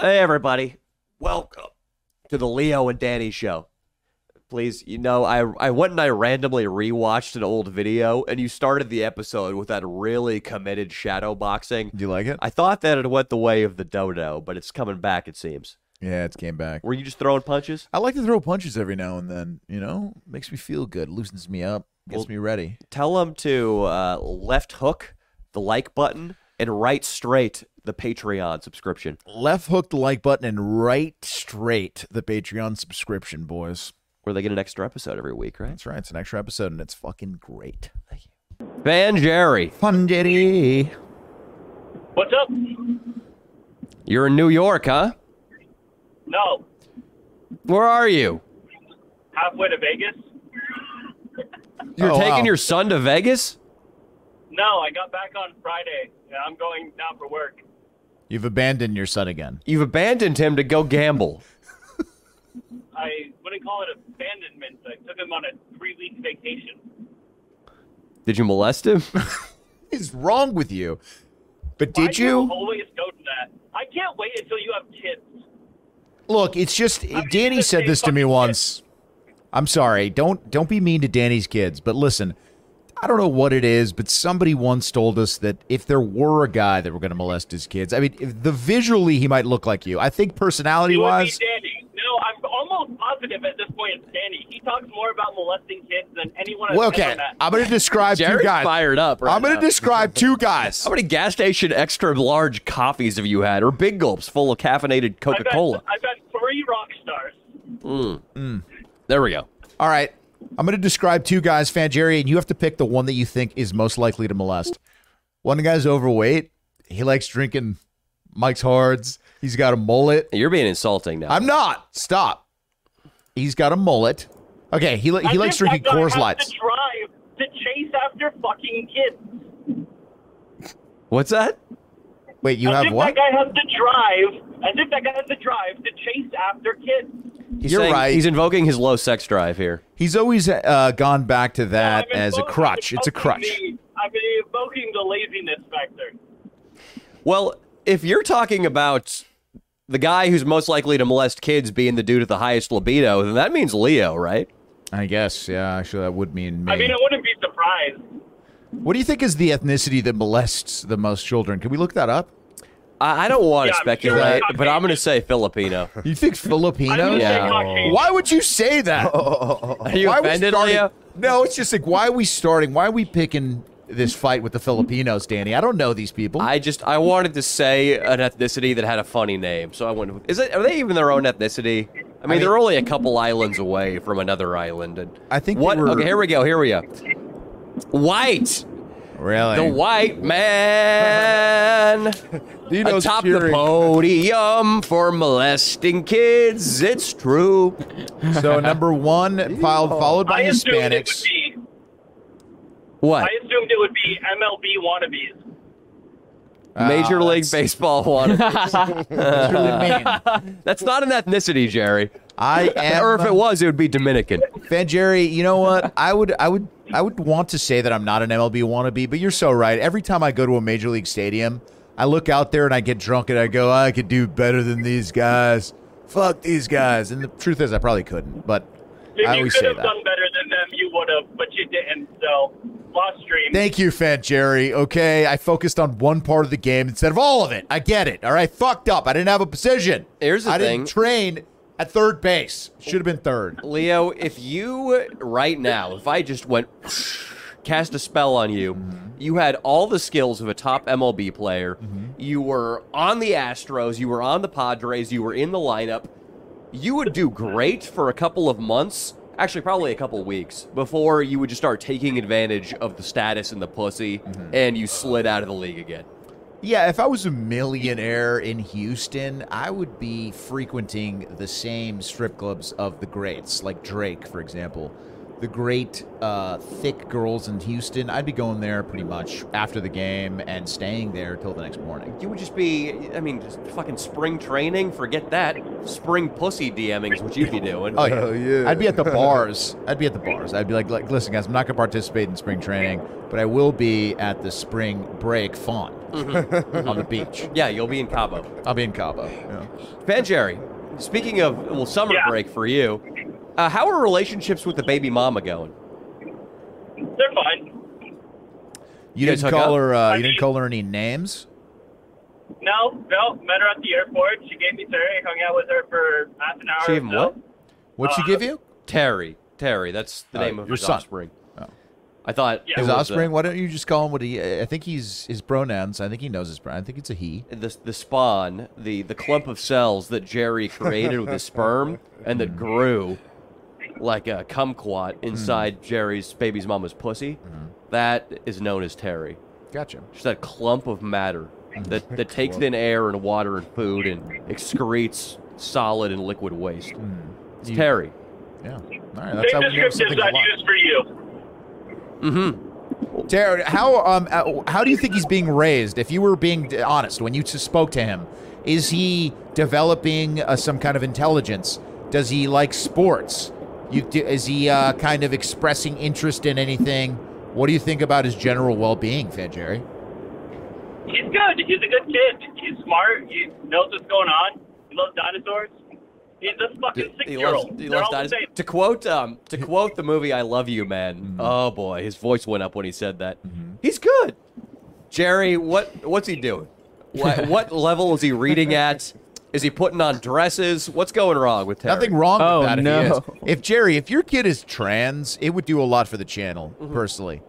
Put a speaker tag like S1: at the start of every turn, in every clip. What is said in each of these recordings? S1: Hey, everybody. Welcome to the Leo and Danny show. Please, you know, I, I went and I randomly rewatched an old video, and you started the episode with that really committed shadow boxing.
S2: Do you like it?
S1: I thought that it went the way of the dodo, but it's coming back, it seems.
S2: Yeah, it's came back.
S1: Were you just throwing punches?
S2: I like to throw punches every now and then. You know, makes me feel good, loosens me up, gets
S1: Well-
S2: me ready.
S1: Tell them to uh, left hook the like button and right straight the Patreon subscription.
S2: Left hook the like button and right straight the Patreon subscription, boys.
S1: where they get an extra episode every week, right?
S2: That's right. It's an extra episode and it's fucking great.
S1: Van Jerry,
S2: Fun Jerry.
S3: What's up?
S1: you're in New York, huh?
S3: No,
S1: Where are you?
S3: halfway to Vegas.
S1: You're
S2: Oh,
S1: taking
S2: wow.
S1: your son to Vegas?
S3: No, I got back on Friday, and I'm going now for work.
S2: You've abandoned your son again.
S1: You've abandoned him to go gamble.
S3: I wouldn't call it abandonment. I took him on a three-week vacation.
S1: Did you molest him?
S2: What is wrong with you? But
S3: Why
S2: did
S3: do you?
S2: you?
S3: Always go to that. I can't wait until you have kids.
S2: Look, it's just
S3: mean,
S2: Danny
S3: it's the
S2: said
S3: same
S2: this to me
S3: fucking
S2: once. I'm sorry. Don't don't be mean to Danny's kids, but listen, I don't know what it is, but somebody once told us that if there were a guy that were going to molest his kids, I mean, if the visually he might look like you. I think
S3: It would
S2: personality-wise,
S3: be Danny. No, I'm almost positive at this point it's Danny. He talks more about molesting kids than anyone I've
S2: well,
S3: ever
S2: okay.
S3: met.
S2: I'm going to describe two
S1: Jerry's
S2: guys.
S1: fired up. Right
S2: I'm going
S1: now.
S2: to describe two guys.
S1: How many gas station extra large coffees have you had, or big gulps full of caffeinated
S3: I've
S1: Coca
S3: had-
S1: Cola?
S3: I've had three rock stars.
S1: There we go.
S2: All right. I'm going to describe two guys, Fangeria, and you have to pick the one that you think is most likely to molest. One guy's overweight. He likes drinking Mike's Hards. He's got a mullet.
S1: You're being insulting now.
S2: I'm not. Stop. He's got a mullet. Okay. He, li-
S3: I
S2: he likes
S3: just- I'm
S2: drinking
S3: gonna
S2: Coors
S3: have
S2: Lights.
S3: To drive to chase after fucking kids.
S1: What's that?
S2: Wait, you
S3: as
S2: have
S3: if
S2: what?
S3: that guy has to drive, as if that guy has to drive to chase after kids.
S1: He's
S2: You're
S1: saying-
S2: right.
S1: He's invoking his low sex drive here.
S2: He's always uh, gone back to that
S3: I'm
S2: as a
S3: invoking
S2: crutch. It's a
S3: something
S2: crutch.
S3: me- I'm evoking the laziness factor.
S1: Well, if you're talking about the guy who's most likely to molest kids being the dude with the highest libido, then that means Leo, right?
S2: I guess. Yeah, actually, that would mean me.
S3: I mean, I wouldn't be surprised.
S2: what do you think is the ethnicity that molests the most children? Can we look that up?
S1: I, I don't want to
S3: Yeah, I'm sure
S1: speculate,
S3: it's
S1: but I'm going to
S3: Caucasian.
S1: say Filipino.
S2: You think
S3: I'm
S2: Filipino?
S3: gonna say
S1: Yeah.
S3: Caucasian.
S2: Why would you say that?
S1: Are you
S2: Why are we
S1: offended,
S2: starting-
S1: Leo?
S2: No, it's just like why are we starting? Why are we picking this fight with the Filipinos, Danny? I don't know these people.
S1: I just I wanted to say an ethnicity that had a funny name, so I went. Is it? Are they even their own ethnicity? I mean,
S2: mean-
S1: they're only a couple islands away from another island. And
S2: I think they
S1: what?
S2: were-
S1: Okay, here we go. Here we go. White,
S2: really?
S1: the white man
S2: Dino's
S1: atop the
S2: cheering.
S1: podium for molesting kids. It's true.
S2: So number one, filed, followed
S3: I
S2: by
S3: assumed
S2: Hispanics.
S3: It would be,
S1: What?
S3: I assumed it would be MLB wannabes.
S1: Major
S2: Ah,
S1: League Baseball wanted.
S2: that's really mean.
S1: That's not an ethnicity, Jerry.
S2: I am.
S1: Or if it was, it would be Dominican.
S2: Fan Jerry, you know what? I would, I would, I would want to say that I'm not an MLB wannabe, but you're so right. Every time I go to a major league stadium, I look out there and I get drunk and I go, I could do better than these guys. Fuck these guys. And the truth is, I probably couldn't. But
S3: If
S2: I
S3: you
S2: always
S3: could
S2: say
S3: have
S2: that.
S3: done better than them, you would have, but you didn't. So lost stream.
S2: Thank you, Fat Jerry. Okay, I focused on one part of the game instead of all of it. I get it. All right, fucked up. I didn't have a position.
S1: Here's the
S2: I
S1: thing.
S2: didn't train at third base. Should have been third.
S1: Leo, if you right now, if I just went cast a spell on you,
S2: Mm-hmm.
S1: you had all the skills of a top MLB player. You were on the Astros, you were on the Padres, you were in the lineup. You would do great for a couple of months, actually probably a couple weeks, before you would just start taking advantage of the status and the pussy
S2: Mm-hmm.
S1: and you slid out of the league again.
S2: Yeah, if I was a millionaire in Houston, I would be frequenting the same strip clubs of the greats, like Drake, for example. the great uh, thick girls in Houston, I'd be going there pretty much after the game and staying there till the next morning.
S1: You would just be, I mean, just fucking spring training. Forget that. Spring pussy DMing is what you'd be doing.
S2: Oh yeah.
S4: Oh, yeah.
S2: I'd be at the bars. I'd be at the bars. I'd be like, like, listen, guys, I'm not gonna participate in spring training, but I will be at the spring break fun
S1: Mm-hmm.
S2: on the beach.
S1: Yeah, you'll be in Cabo.
S2: I'll be in Cabo. Yeah.
S1: Fan Jerry, speaking of well, summer
S3: Yeah.
S1: break for you, uh, how are relationships with the baby mama going?
S3: They're fine.
S2: You,
S1: guys
S2: didn't
S1: hook
S2: call
S1: up?
S2: her. Uh, you didn't call her any names.
S3: No, no. Met her at the airport. She gave me to her. I hung out with her for half an hour.
S1: She
S3: or
S1: gave him
S3: so.
S1: what?
S2: What'd she
S3: Uh,
S2: give you?
S1: Terry, Terry, that's the
S2: Uh,
S1: name of
S2: your
S1: his
S2: son.
S1: offspring.
S2: Oh.
S1: I thought
S3: Yeah.
S1: it
S2: His
S1: was, uh,
S2: offspring. Why don't you just call him what he? I think he's his pronouns. I think he knows his pronoun. I think it's a he.
S1: the the spawn, the the clump of cells that Jerry created with his sperm and
S2: Hmm.
S1: that grew like a kumquat inside Jerry's baby's mama's pussy.
S2: Mm-hmm.
S1: That is known as Terry.
S2: Gotcha.
S1: Just that clump of matter that that takes in air and water and food and excretes solid and liquid waste. It's
S2: You-
S1: Terry.
S2: Yeah. All right. That's
S3: Same
S2: how we know
S3: descriptives
S2: something a
S3: I'd
S2: lot.
S3: use for you.
S1: Mm-hmm.
S2: Terry, how um uh, how do you think he's being raised? If you were being d- honest when you t- spoke to him, is he developing uh, some kind of intelligence? Does he like sports? You d- is he uh, kind of expressing interest in anything? What do you think about his general well-being, Fan Jerry?
S3: He's good. He's a good kid. He's smart. He knows what's going on. He loves dinosaurs. He's a fucking six
S1: He
S3: year
S1: loves,
S3: old.
S1: he
S3: They're
S1: loves
S3: all the
S1: dinosaurs.
S3: same.
S1: To quote um to quote the movie I Love You Man.
S4: Mm-hmm.
S1: Oh boy, his voice went up when he said that. He's good. Jerry, what what's he doing? What what level is he reading at? Is he putting on dresses? What's going wrong with Terry?
S2: Nothing wrong
S4: Oh,
S2: with that. If,
S4: no.
S2: he is. if Jerry, if your kid is trans, it would do a lot for the channel, personally.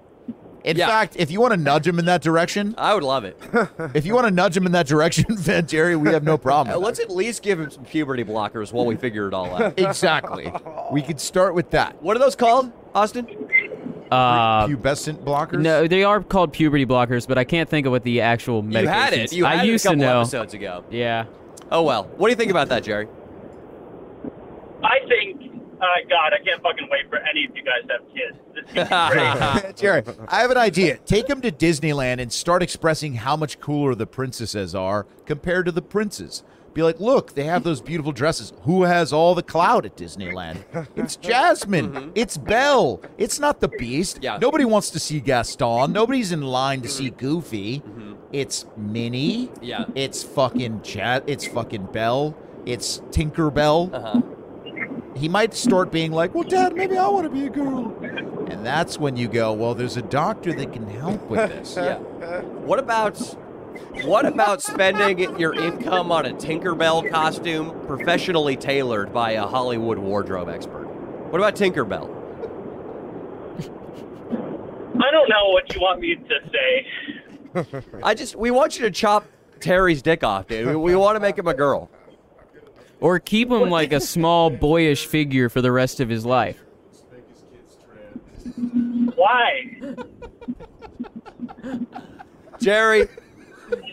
S2: In
S1: Yeah.
S2: fact, if you want to nudge him in that direction,
S1: I would love it. Uh,
S2: if you want to nudge him in that direction, Fan Jerry, we have no problem.
S1: Uh,
S2: with that.
S1: Let's at least give him some puberty blockers while we figure it all out.
S2: Exactly. we could start with that.
S1: What are those called, Austin?
S4: Uh,
S2: Pubescent blockers?
S4: no, they are called puberty blockers, but I can't think of what the actual medications.
S1: You had it. You had
S4: I
S1: it
S4: used
S1: a couple
S4: to know.
S1: episodes ago.
S4: Yeah.
S1: Oh well. What do you think about that, Jerry?
S3: I think, uh, God, I can't fucking wait for any of you guys to have kids. This is gonna be great.
S2: Jerry, I have an idea. Take him to Disneyland and start expressing how much cooler the princesses are compared to the princes. Be like, look, they have those beautiful dresses. Who has all the cloud at Disneyland? It's Jasmine. It's Belle. It's not the Beast.
S1: Mm-hmm. Yeah. Mm-hmm.
S2: Nobody wants to see Gaston. Nobody's in line to see Goofy. It's Minnie.
S1: Yeah.
S2: It's fucking Chat. It's fucking Belle. It's Tinker Bell.
S1: Uh-huh.
S2: he might start being like, "Well, Dad, maybe I want to be a girl," and that's when you go, "Well, there's a doctor that can help with this."
S1: Yeah. What about what about spending your income on a Tinkerbell costume professionally tailored by a Hollywood wardrobe expert? What about Tinkerbell?
S3: I don't know what you want me to say.
S1: I just we want you to chop Terry's dick off, dude. We, we want to make him a girl.
S4: Or keep him like a small boyish figure for the rest of his life.
S3: Why?
S1: Jerry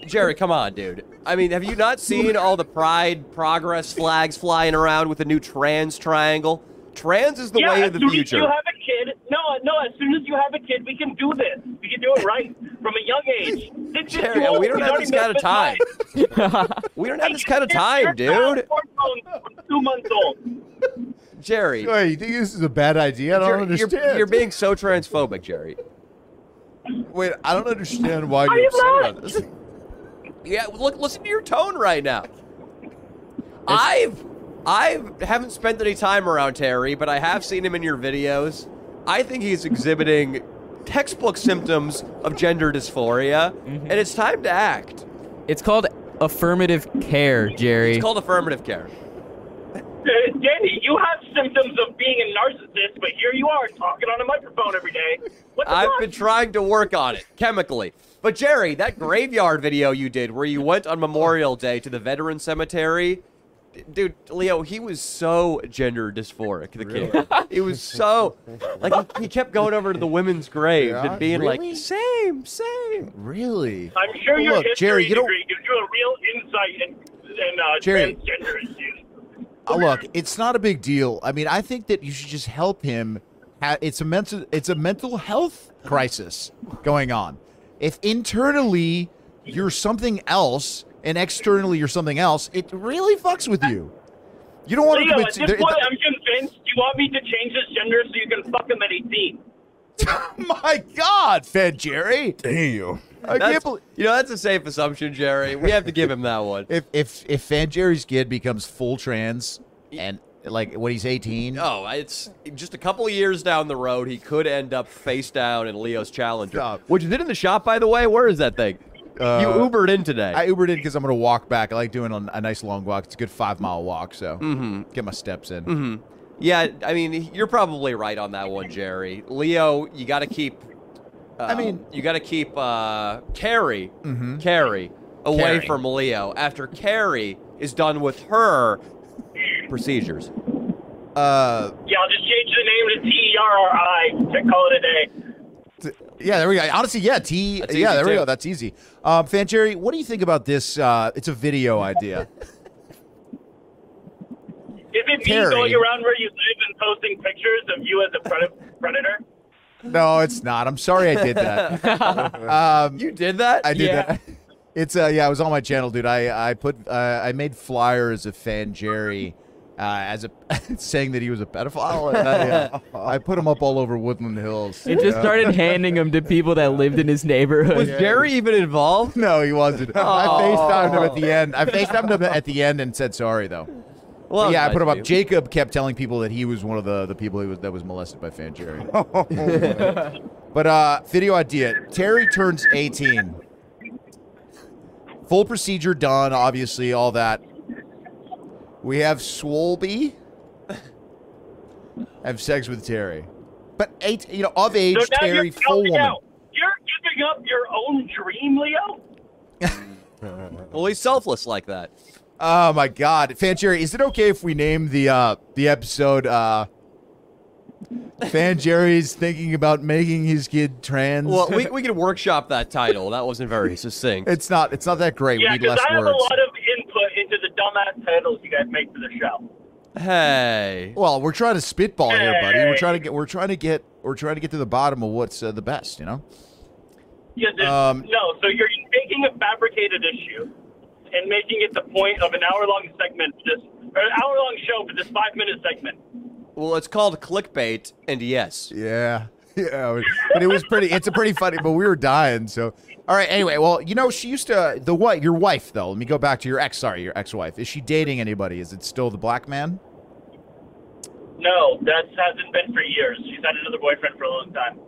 S1: Jerry, come on, dude. I mean, have you not seen all the pride progress flags flying around with the new trans triangle? Trans is the
S3: yeah,
S1: way
S3: as
S1: of the
S3: soon
S1: future.
S3: as you have a kid, no, no. As soon as you have a kid, we can do this. We can do it right from a young age. This is
S1: Jerry,
S3: cool.
S1: we don't have this
S3: even
S1: kind of
S3: miss
S1: time. we don't have this kind of
S3: Your- your
S1: time,
S3: child's
S1: dude.
S3: hormones are Two months old.
S1: Jerry,
S2: Wait, you think this is a bad idea? I
S1: you're, you're- you're being so transphobic, Jerry.
S2: Wait, I don't understand why
S3: Are
S2: you're
S3: you
S2: upset
S3: mad?
S2: about this.
S1: Yeah, look, listen to your tone right now. I've, I've haven't spent any time around Terry, but I have seen him in your videos. I think he's exhibiting textbook symptoms of gender dysphoria, and it's time to act.
S4: It's called affirmative care, Jerry.
S1: It's called affirmative care.
S3: Uh, Danny, you have symptoms of being a narcissist, but here you are talking on a microphone every day. What the
S1: I've
S3: fuck?
S1: been trying to work on it chemically. But Jerry, that graveyard video you did where you went on Memorial Day to the veteran cemetery, d- dude, Leo, he was so gender dysphoric. The kid, he was so like he, he kept going over to the women's grave
S2: Yeah,
S1: and being
S2: really?
S1: like, same, same.
S2: Really?
S3: I'm sure your
S2: Look,
S3: history
S2: Jerry, you don't-
S3: degree gives you a real insight in, in uh,
S2: Jerry.
S3: transgender issues.
S2: Uh, Look, it's not a big deal. I mean, I think that you should just help him ha- it's a mental it's a mental health crisis going on. If internally you're something else and externally you're something else, it really fucks with you. You don't want to
S3: Leo,
S2: commit.
S3: at
S2: su-
S3: this
S2: there-
S3: point, I'm convinced you want me to change his gender so you can fuck him at 18.
S2: my God, Fed Jerry,
S5: Damn.
S2: I can't
S1: That's-
S2: believe.
S1: you know, that's a safe assumption, Jerry. We have to give him that one.
S2: If if if Fan Jerry's kid becomes full trans and like when he's eighteen,
S1: Oh, it's just a couple of years down the road. He could end up face down in Leo's Challenger,
S2: Stop.
S1: which is it in the shop, by the way. Where is that thing? you
S2: Uh,
S1: Ubered in today.
S2: I Ubered in because I'm gonna walk back. I like doing a, a nice long walk. It's a good five mile walk, so
S1: Mm-hmm.
S2: get my steps in.
S1: yeah, I mean, you're probably right on that one, Jerry. Leo, you got to keep. Uh,
S2: I mean- Mm-hmm.
S1: you got to keep uh, Carrie, Carrie, away
S2: Carrie.
S1: from Leo after Carrie is done with her procedures.
S2: Uh,
S3: Yeah, I'll just change the name to T E R R I to call it a day.
S2: yeah, there we go. Honestly, yeah, T.
S1: That's
S2: yeah,
S1: easy,
S2: there we
S1: too.
S2: go. That's easy. Um, Fan Jerry, what do you think about this? Uh, it's a video idea.
S3: Is it
S2: Terry.
S3: me going around where you live and posting pictures of you as a pred- predator?
S2: no, it's not. I'm sorry I did that. um,
S1: You did that?
S2: I did
S4: Yeah.
S2: that. It's uh yeah, it was on my channel, dude. I I put uh, I made flyers of Fan Jerry uh, as a saying that he was a pedophile. And I, uh, I put him up all over Woodland Hills.
S4: It just
S2: Yeah.
S4: started handing them to people that lived in his neighborhood.
S1: Was Jerry even involved?
S2: No, he wasn't. I FaceTimed him at the end. I FaceTimed him at the end and said sorry though.
S1: Well,
S2: yeah, I
S1: nice
S2: put him
S1: of
S2: up.
S1: you.
S2: Jacob kept telling people that he was one of the the people who was, that was molested by Fan Jerry. but uh, video idea: Terry turns eighteen. Full procedure done, obviously, all that. We have Swolby have sex with Terry, but eight, you know, of age
S3: So now
S2: Terry,
S3: you're
S2: full
S3: counting
S2: woman.
S3: out. You're giving up your own dream, Leo?
S1: Well, he's selfless like that.
S2: Oh my God, Fan Jerry, is it okay if we name the uh, the episode uh, Fan Jerry's thinking about making his kid trans?
S1: Well, we, we could workshop that title. That wasn't very succinct.
S2: it's not it's not that great.
S3: Yeah,
S2: we need less
S3: I have
S2: words.
S3: a lot of input into the dumbass titles you guys make for the show.
S1: Hey.
S2: well, we're trying to spitball here, buddy. We're
S3: Hey.
S2: trying to get we're trying to get we're trying to get to the bottom of what's uh, the best, you know.
S3: Yeah, this,
S2: Um,
S3: no, so you're making a fabricated issue and making it the point of an hour long segment, for this, or an hour long show for this five minute segment.
S1: Well, it's called clickbait, and yes.
S2: Yeah. Yeah, but it was pretty. It's a pretty funny, but we were dying. So, all right. Anyway, well, you know, she used to the what? Your wife, though. Let me go back to your ex. Sorry, your ex-wife. Is she dating anybody? Is it still the black man?
S3: No, that hasn't been for years. She's had another boyfriend for a long time.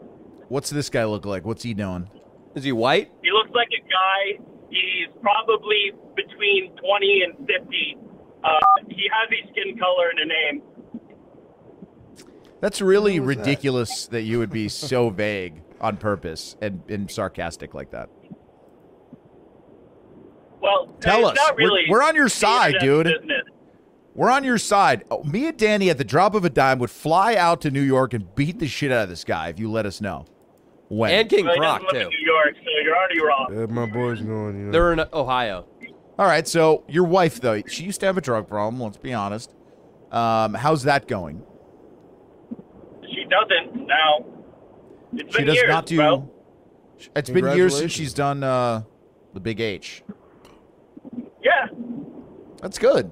S2: What's this guy look like? What's he doing?
S1: Is he white?
S3: He looks like a guy. He's probably between 20 and 50. Uh, he has a skin color and a name.
S2: That's really ridiculous that? you would be so vague on purpose and, and sarcastic like that.
S3: Well,
S2: Tell
S3: it's
S2: us.
S3: Not
S2: We're-
S3: really
S2: we're on your
S3: the
S2: side,
S3: internet's
S2: dude.
S3: business.
S2: We're on your side. Oh, me and Danny, at the drop of a dime, would fly out to New York and beat the shit out of this guy if you let us know. When?
S1: And King
S3: Well, he
S1: Croc,
S3: doesn't live
S1: too.
S3: in New York, so you're already wrong.
S5: That my boy's going, you know.
S1: They're in Ohio.
S2: All right, so your wife, though, she used to have a drug problem, let's be honest. Um, how's that going?
S3: She doesn't now. It's
S2: She
S3: been
S2: does
S3: years,
S2: not do.
S3: bro.
S2: It's been years since
S5: Congratulations.
S2: she's done uh, the Big H.
S3: Yeah,
S2: That's good.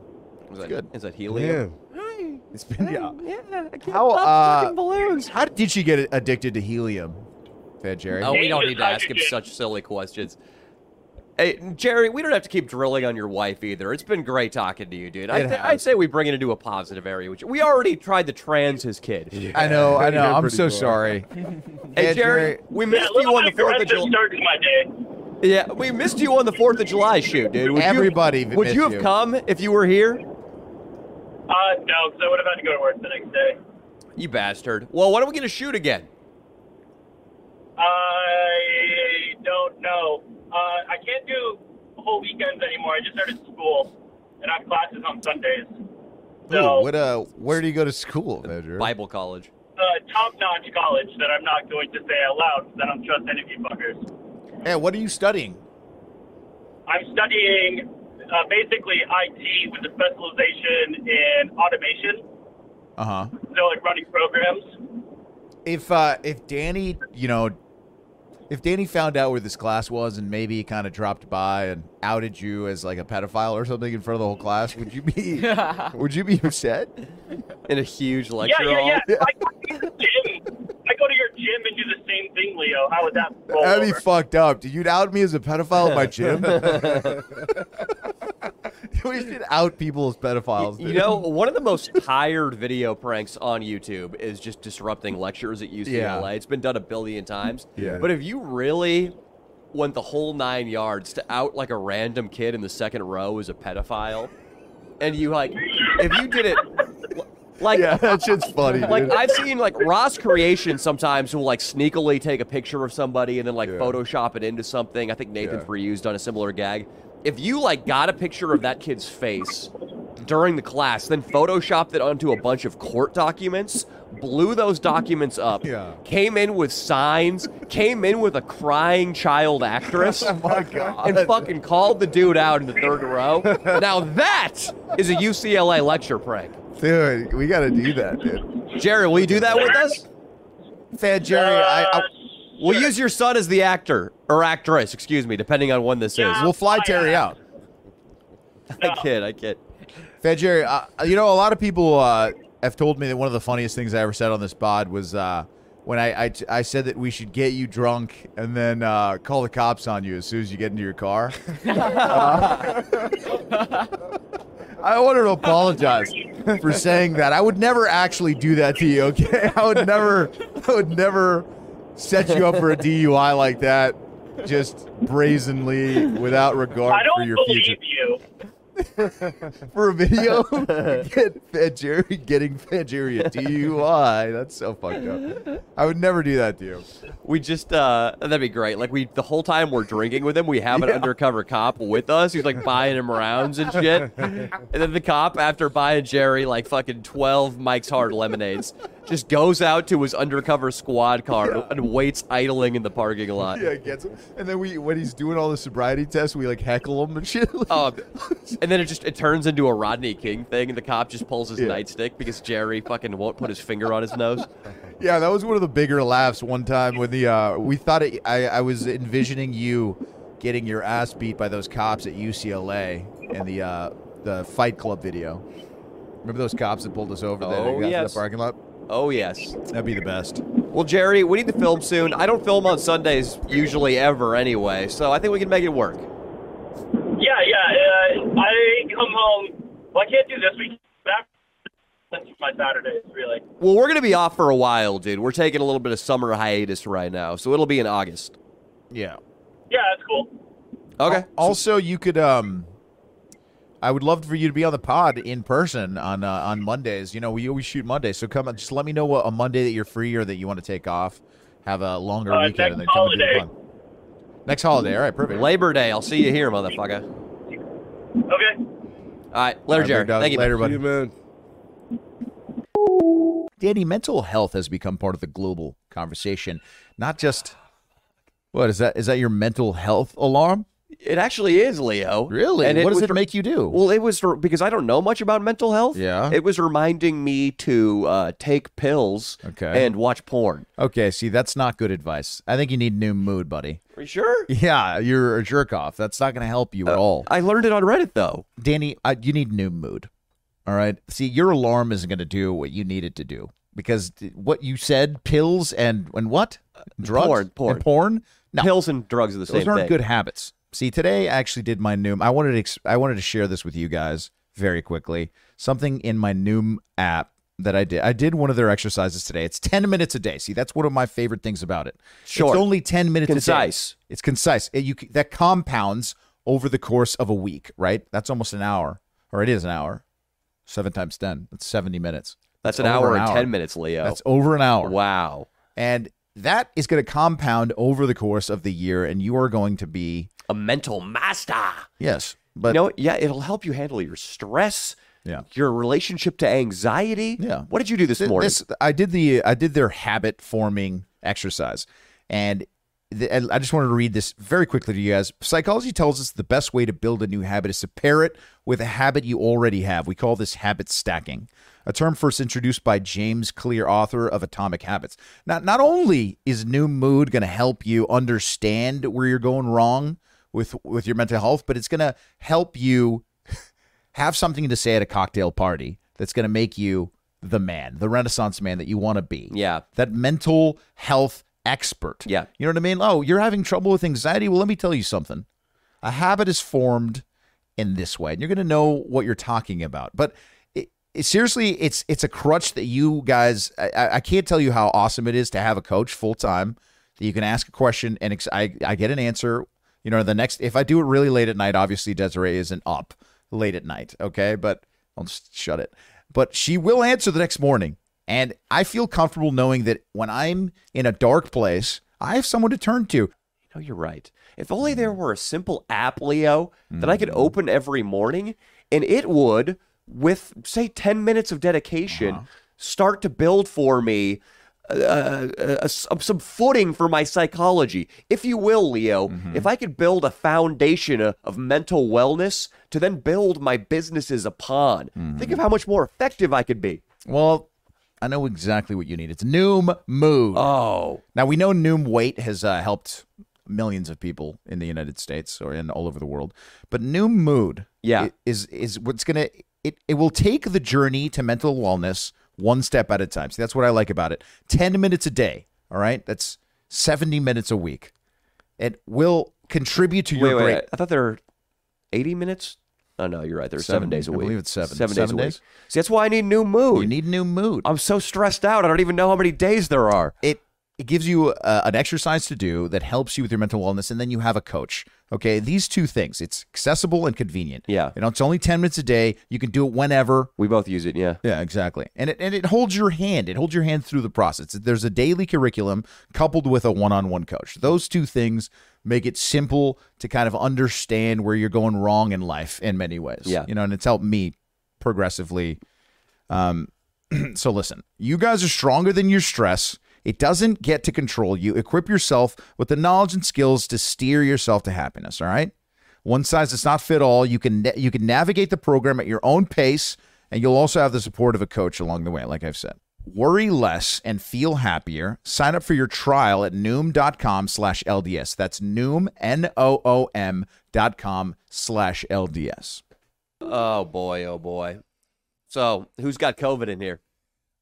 S1: Is that,
S2: good.
S1: is that helium?
S5: Damn.
S2: It's been Mm, yeah. How uh, balloons? How did she get addicted to helium? Fat Jerry.
S1: Oh, we don't
S3: Dangerous
S1: need to ask him
S3: hydrogen.
S1: such silly questions. Hey, Jerry, we don't have to keep drilling on your wife either. It's been great talking to you, dude. I
S2: It
S1: th-
S2: has.
S1: I'd say we bring it into a positive area. Which we already tried to trans his kid.
S2: I know, I know.
S5: You're
S2: I'm
S5: pretty
S2: so
S5: cool.
S2: sorry.
S1: Hey,
S2: Yeah,
S1: Jerry,
S2: Jerry.
S1: we
S3: yeah.
S1: missed
S3: A little
S1: you on the
S3: bit
S1: Fourth of
S3: aggressive
S1: July.
S3: start to my day.
S1: Yeah, we missed you on the Fourth of July shoot, dude. Would you-
S2: Everybody
S1: would
S2: missed
S1: you have
S2: you.
S1: come if you were here?
S3: Uh, no, because I would have had to go to work the next day.
S1: You bastard. Well, why don't we get a shoot again?
S3: I don't know. Uh, I can't do whole weekends anymore. I just started school, and I have classes on Sundays. So,
S2: Ooh, what uh where do you go to school, Fat Jerry?
S1: Bible college.
S3: uh, top-notch college that I'm not going to say out loud because I don't trust any of you fuckers.
S2: Hey, what are you studying?
S3: I'm studying uh, basically IT with a specialization in automation,
S2: Uh-huh.
S3: so like running programs.
S2: if uh, if Danny, you know, if Danny found out where this class was and maybe kind of dropped by and outed you as like a pedophile or something in front of the whole class, would you be would you be upset?
S1: in a huge
S3: Yeah,
S1: lecture hall.
S3: yeah, yeah. I go to your gym. I go to your gym and do the same thing, Leo. How would that roll
S2: That'd be
S3: over?
S2: fucked up. Dude, you'd out me as a pedophile at my gym. we should out people as pedophiles.
S1: You
S2: dude.
S1: know, one of the most tired video pranks on YouTube is just disrupting lectures at UCLA.
S2: Yeah.
S1: It's been done a billion times.
S2: Yeah.
S1: But if you really went the whole nine yards to out like a random kid in the second row as a pedophile, and you like, if you did it, like,
S2: yeah, that shit's funny.
S1: like
S2: dude.
S1: I've seen like Ross Creation sometimes will like sneakily take a picture of somebody and then like
S2: Yeah.
S1: Photoshop it into something. I think Nathan
S2: Yeah.
S1: Free used on a similar gag. If you like got a picture of that kid's face during the class, then photoshopped it onto a bunch of court documents, blew those documents up,
S2: Yeah.
S1: came in with signs, came in with a crying child actress,
S2: oh my god.
S1: and fucking called the dude out in the third row. now that is a UCLA lecture prank.
S2: Dude, we gotta do that, dude.
S1: Jerry, will you do that with us?
S2: Fan Jerry, I, I
S1: We'll use your son as the actor or actress, excuse me, depending on when this
S3: Yeah.
S2: we'll fly Terry out.
S1: is. I kid, I kid.
S2: Fed Jerry, uh, you know, a lot of people uh, have told me that one of the funniest things I ever said on this pod was uh, when I, I, I said that we should get you drunk and then uh, call the cops on you as soon as you get into your car. I wanted to apologize for saying that. I would never actually do that to you, okay? I would never, I would never set you up for a DUI like that, just brazenly without regard
S3: I
S2: for
S3: don't
S2: your
S3: believe
S2: future
S3: you.
S2: for a video. Get Fat Jerry getting Fat Jerry a DUI. That's so fucked up. I would never do that to you.
S1: We just uh that'd be great. Like we the whole time we're drinking with him, we have an undercover cop with us. He's like buying him rounds and shit. And then the cop, after buying Jerry like fucking twelve Mike's Hard lemonades, just goes out to his undercover squad car and waits idling in the parking lot.
S2: Yeah, it gets him. And then we, when he's doing all the sobriety tests, we like heckle him and shit. Like,
S1: Um, and then it just it turns into a Rodney King thing, and the cop just pulls his
S2: Yeah.
S1: nightstick because Jerry fucking won't put his finger on his nose.
S2: yeah, that was one of the bigger laughs one time when the uh, we thought it, I, I was envisioning you getting your ass beat by those cops at UCLA and the uh, the Fight Club video. Remember those cops that pulled us over? that
S1: Oh,
S2: got to
S1: yes.
S2: the parking lot.
S1: Oh yes.
S2: That'd be the best.
S1: Well, Jerry, we need to film soon. I don't film on Sundays usually ever anyway, so I think we can make it work.
S3: Yeah, yeah. Uh, I come home. Well, I can't do this week. Back that's my Saturdays, really.
S1: Well, we're gonna be off for a while, dude. We're taking a little bit of summer hiatus right now, so it'll be in August.
S2: Yeah.
S3: Yeah, that's cool.
S1: Okay.
S2: Al- Also, you could um, I would love for you to be on the pod in person on uh, on Mondays. You know, we always shoot Mondays, so come on. Just let me know what a Monday that you're free or that you want to take off. Have a longer
S3: Uh,
S2: weekend
S3: next
S2: and then come and do the
S3: holiday.
S2: pod. Next holiday, all right, perfect.
S1: Labor Day. I'll see you here, motherfucker. All
S3: Okay.
S1: right.
S2: All
S1: Later,
S2: right,
S1: Jerry.
S2: big dog.
S1: Thank you.
S2: Later,
S1: man.
S2: buddy. Danny, mental health has become part of the global conversation, not just. What is that? Is that your mental health alarm?
S1: It actually is Leo.
S2: Really?
S1: And
S2: what does
S1: was
S2: it make you do?
S1: Well, it was for- because I don't know much about mental health.
S2: Yeah.
S1: It was reminding me to uh, take pills
S2: Okay.
S1: and watch porn.
S2: okay, see, that's not good advice. I think you need new mood, buddy.
S1: Are you sure?
S2: Yeah, you're a jerk off. That's not going to help you at all.
S1: I learned it on Reddit, though.
S2: Danny, I, you need new mood. All right. See, your alarm isn't going to do what you need it to do because th- what you said, pills and and what?
S1: Uh,
S2: Drugs?
S1: porn,
S2: And
S1: porn.
S2: porn? No.
S1: Pills and drugs are the
S2: Those
S1: same
S2: aren't
S1: thing.
S2: good habits. See, today I actually did my Noom. I wanted to ex- I wanted to share this with you guys very quickly. Something in my Noom app that I did. I did one of their exercises today. It's 10 minutes a day. See, that's one of my favorite things about it.
S1: Short.
S2: It's only 10 minutes
S1: Concise.
S2: a day. It's concise. It- you c- that compounds over the course of a week, right? That's almost an hour. Or it is an hour. 7 times 10. That's 70 minutes.
S1: That's an
S2: That's
S1: hour
S2: over
S1: and
S2: an hour.
S1: 10 minutes, Leo.
S2: That's over an hour.
S1: wow.
S2: And that is going to compound over the course of the year and you are going to be
S1: A mental master.
S2: Yes, but
S1: You know, what? yeah, it'll help you handle your stress,
S2: Yeah.
S1: your relationship to anxiety.
S2: Yeah.
S1: What did you do this
S2: th-
S1: morning?
S2: I did the I did their habit forming exercise, and the- I just wanted to read this very quickly to you guys. Psychology tells us the best way to build a new habit is to pair it with a habit you already have. We call this habit stacking, a term first introduced by James Clear, author of Atomic Habits. Now, not only is new mood going to help you understand where you're going wrong with with your mental health, but it's going to help you have something to say at a cocktail party that's going to make you the man, the renaissance man that you want to be.
S1: Yeah.
S2: That mental health expert.
S1: Yeah.
S2: You know what I mean? Oh, you're having trouble with anxiety? Well, let me tell you something. A habit is formed in this way, and you're going to know what you're talking about. But it, it- seriously, it's it's a crutch that you guys. I- I, I can't tell you how awesome it is to have a coach full time that you can ask a question and ex- I I get an answer. You know, the next if I do it really late at night, obviously Desiree isn't up late at night. Okay, but I'll just shut it. But she will answer the next morning. And I feel comfortable knowing that when I'm in a dark place, I have someone to turn to.
S1: No, you're right. If only there were a simple app, Leo, that I could open every morning and it would, with say 10 minutes of dedication, start to build for me uh, uh, uh, s- some footing for my psychology. If you will, Leo, if I could build a foundation of, of mental wellness to then build my businesses upon, think of how much more effective I could be.
S2: Well, I know exactly what you need. It's Noom Mood.
S1: Oh,
S2: now we know Noom Weight has uh, helped millions of people in the United States or in all over the world, but Noom Mood,
S1: Yeah.
S2: i- is is what's gonna it it will take the journey to mental wellness one step at a time. See, that's what I like about it. Ten minutes a day. All right, that's seventy minutes a week. It will contribute to
S1: wait,
S2: your
S1: wait,
S2: great.
S1: wait. I thought there were 80 minutes. Oh no, you're right. There's seven,
S2: Seven.
S1: days a
S2: I
S1: week.
S2: believe it's seven.
S1: Seven,
S2: Seven
S1: days a
S2: days?
S1: week. See, that's why I need new mood.
S2: You need Noom Mood.
S1: I'm so stressed out. I don't even know how many days there are.
S2: it it gives you uh, an exercise to do that helps you with your mental wellness and then you have a coach okay these two things it's accessible and convenient
S1: Yeah.
S2: you know it's only 10 minutes a day you can do it whenever
S1: We both use it. Yeah.
S2: yeah exactly and it and it holds your hand it holds your hand through the process there's a daily curriculum coupled with a one-on-one coach those two things make it simple to kind of understand where you're going wrong in life in many ways
S1: Yeah.
S2: you know and it's helped me progressively um, so listen, you guys are stronger than your stress. It doesn't get to control you. Equip yourself with the knowledge and skills to steer yourself to happiness, all right? One size does not fit all. You can you can navigate the program at your own pace and you'll also have the support of a coach along the way, like I've said. Worry less and feel happier. Sign up for your trial at noom.com slash LDS. That's noom, N O O M dot com slash LDS.
S1: Oh boy. Oh boy. So who's got COVID in here?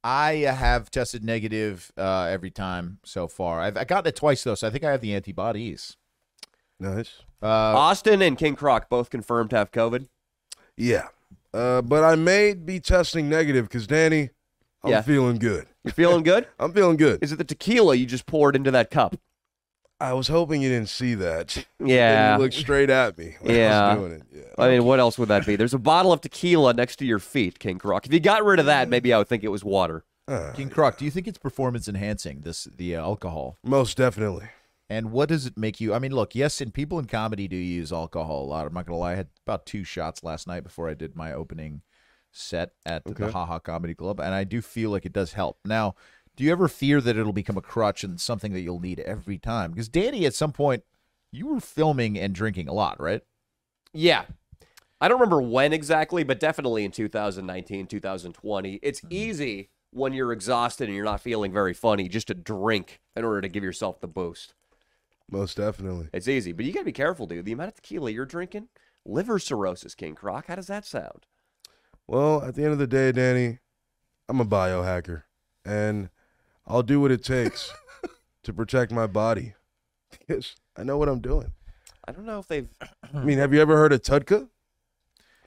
S2: I uh, have tested negative uh, every time so far. I've I gotten it twice though, so I think I have the antibodies.
S5: Nice.
S2: Uh,
S1: Austin and King Croc both confirmed to have COVID.
S5: Yeah. Uh, but I may be testing negative because Danny, I'm
S1: Yeah.
S5: feeling good.
S1: You feeling good?
S5: I'm feeling good.
S1: Is it the tequila you just poured into that cup?
S5: I was hoping you didn't see that.
S1: Yeah.
S5: You looked straight at me. When I
S1: Yeah.
S5: was doing it. Yeah.
S1: I mean, what else would that be? There's a bottle of tequila next to your feet, King Croc. If you got rid of that, maybe I would think it was water.
S2: King Croc, do you think it's performance enhancing this the uh, alcohol?
S5: Most definitely.
S2: And what does it make you? I mean, look, yes, and people in comedy do use alcohol a lot. I'm not gonna lie, I had about two shots last night before I did my opening set at the
S5: Okay.
S2: Haha Comedy Club, and I do feel like it does help. Now, do you ever fear that it'll become a crutch and something that you'll need every time? Because Danny, at some point, you were filming and drinking a lot, right?
S1: Yeah. I don't remember when exactly, but definitely in 2019, 2020. It's
S2: Mm-hmm.
S1: easy when you're exhausted and you're not feeling very funny just to drink in order to give yourself the boost.
S5: Most definitely.
S1: It's easy, but you got to be careful, dude. The amount of tequila you're drinking, liver cirrhosis, King Croc. How does that sound?
S5: Well, at the end of the day, Danny, I'm a biohacker, and I'll do what it takes to protect my body because I know what I'm doing.
S1: I don't know if they've.
S5: I mean, have you ever heard of Tudka?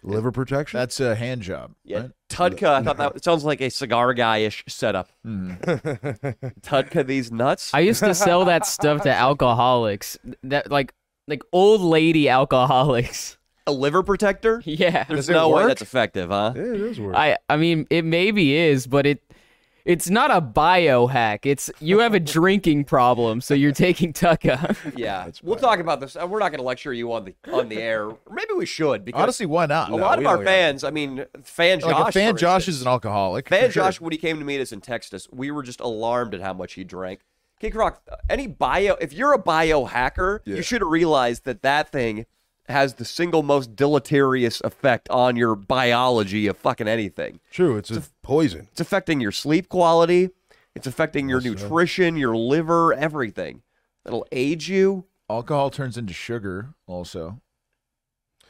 S5: Liver protection.
S2: That's a hand job.
S1: Yeah,
S2: right?
S1: Tudka. I thought that sounds like a cigar guy ish setup.
S2: Mm-hmm.
S1: Tudka, these nuts.
S4: I used to sell that stuff to alcoholics. That like like old lady alcoholics.
S1: a liver protector?
S4: Yeah.
S1: There's
S2: it
S1: no way
S2: work?
S1: that's effective, huh?
S5: yeah, it is work.
S4: I I mean it maybe is, but it it's not a biohack. It's you have a drinking problem, so you're taking Tucka.
S1: Yeah, we'll talk about this. Uh, We're not going to lecture you on the on the air. Or Maybe we should because
S2: Honestly, why not?
S1: a lot of
S5: we
S1: our
S5: don't-
S1: fans. I mean, fan Josh.
S2: like a fan
S1: for
S2: Josh
S1: instance.
S2: is an alcoholic.
S1: fan
S2: for sure.
S1: Josh when he came to meet us and text us. We were just alarmed at how much he drank. Kick Rock, any bio, if you're a biohacker,
S5: Yeah.
S1: you should realize that that thing has the single most deleterious effect on your biology of fucking anything.
S5: True, it's a poison.
S1: It's affecting your sleep quality, it's affecting your nutrition, your liver, everything. It'll age you.
S2: Alcohol turns into sugar, also.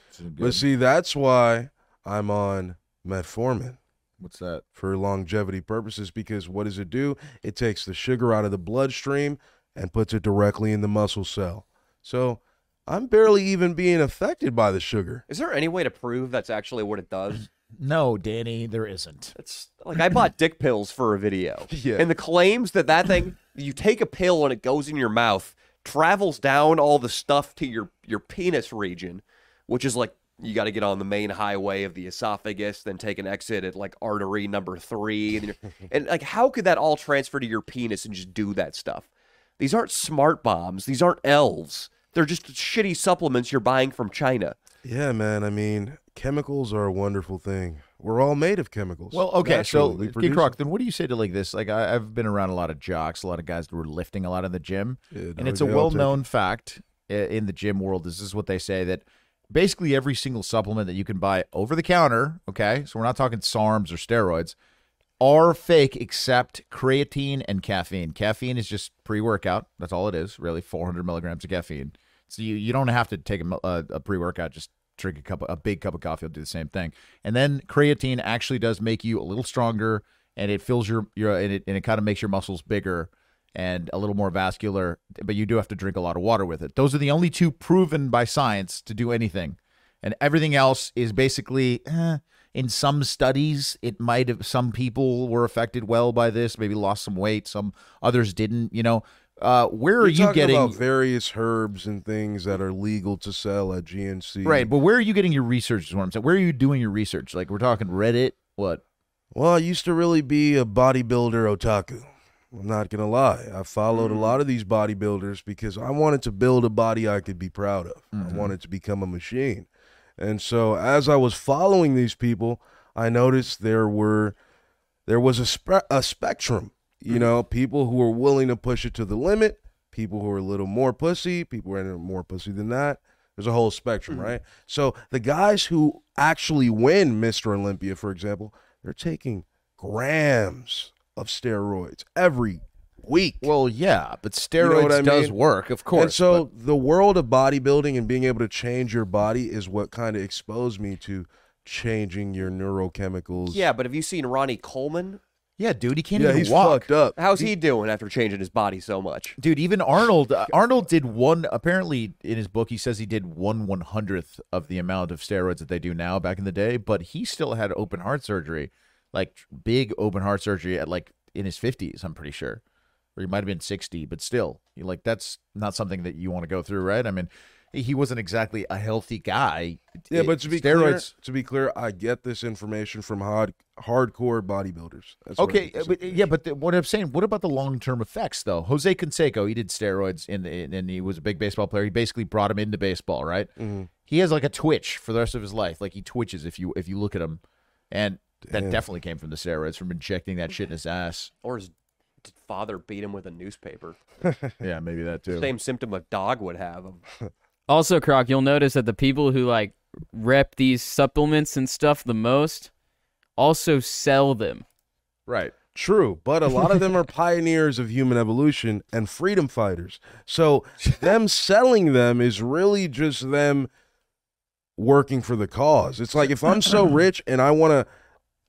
S2: It's a good-
S5: But see, that's why I'm on metformin
S2: What's that?
S5: for longevity purposes because what does it do? It takes the sugar out of the bloodstream and puts it directly in the muscle cell. So I'm barely even being affected by the sugar.
S1: Is there any way to prove that's actually what it does?
S6: No, Danny, there isn't.
S1: It's like I bought dick pills for a video.
S5: Yeah.
S1: And the claims that that thing, you take a pill and it goes in your mouth, travels down all the stuff to your your penis region, which is like you got to get on the main highway of the esophagus, then take an exit at like artery number three, and, you're- and like how could that all transfer to your penis and just do that stuff? These aren't smart bombs. These aren't elves. They're just shitty supplements you're buying from China.
S5: Yeah, man. I mean, chemicals are a wonderful thing. We're all made of chemicals.
S2: Well, okay,
S5: Naturally, we
S2: so Geek
S5: produce
S2: Rock,
S5: them.
S2: then what do you say to like this? Like I, I've been around a lot of jocks, a lot of guys that were lifting a lot in the gym,
S5: Yeah,
S2: and
S5: no,
S2: it's a
S5: they all take
S2: well-known fact i- in the gym world. This is what they say that basically every single supplement that you can buy over the counter, okay, so we're not talking SARMs or steroids, are fake except creatine and caffeine. Caffeine is just pre-workout. That's all it is, really. 400 milligrams of caffeine. So you you don't have to take a, mil- a, a pre-workout. Just drink a cup, of, a big cup of coffee. will do the same thing. And then creatine actually does make you a little stronger, and it fills your your and it and it kind of makes your muscles bigger and a little more vascular. But you do have to drink a lot of water with it. Those are the only two proven by science to do anything and everything else is basically eh, in some studies it might have some people were affected well by this maybe lost some weight some others didn't you know uh, where
S5: You're
S2: are you
S5: talking
S2: getting
S5: about various herbs and things that are legal to sell at GNC?
S2: right but where are you getting your research is what i'm saying where are you doing your research like we're talking reddit what
S5: Well, I used to really be a bodybuilder otaku. I'm not gonna lie. I followed a lot of these bodybuilders because I wanted to build a body I could be proud of. I wanted to become a machine. And so as I was following these people, I noticed there were there was a spe- a spectrum. You know, people who were willing to push it to the limit, people who were a little more pussy, people who are more pussy than that. There's a whole spectrum, right? So the guys who actually win Mr. Olympia, for example, they're taking grams of steroids every week.
S2: well yeah but
S5: know
S2: steroids
S5: what I
S2: does
S5: mean?
S2: work of course
S5: and so
S2: but-
S5: the world of bodybuilding and being able to change your body is what kind of exposed me to changing your neurochemicals.
S1: Yeah, but have you seen Ronnie Coleman?
S2: yeah dude he can't
S5: yeah,
S2: even
S5: he's
S2: walk
S5: fucked up.
S1: How's he doing after changing his body so much?
S2: Dude, even Arnold. Uh, Arnold did one. Apparently, in his book, he says he did one one hundredth of the amount of steroids that they do now back in the day. But he still had open heart surgery, like tr- big open heart surgery at like in his fifties. I'm pretty sure, or he might have been sixty. But still, you like that's not something that you want to go through, right? I mean, he wasn't exactly a healthy guy.
S5: Yeah,
S2: It-
S5: but to be clear,
S2: steroids.
S5: to be clear, I get this information from hard, hardcore bodybuilders. That's where I
S2: Okay,
S5: get this
S2: but,
S5: information.
S2: yeah, but the, what I'm saying, what about the long term effects though? Jose Canseco, he did steroids and and he was a big baseball player. He basically brought him into baseball, right? He has like a twitch for the rest of his life. Like he twitches if you if you look at him, and that definitely came from the steroids from injecting that shit in his ass.
S1: Or his father beat him with a newspaper?
S2: yeah, maybe that too.
S1: Same symptom a dog would have. of-
S4: Also, Croc, you'll notice that the people who like rep these supplements and stuff the most also sell them.
S2: Right.
S5: True, but a lot of them are pioneers of human evolution and freedom fighters. So them selling them is really just them working for the cause. It's like if I'm so rich and I want to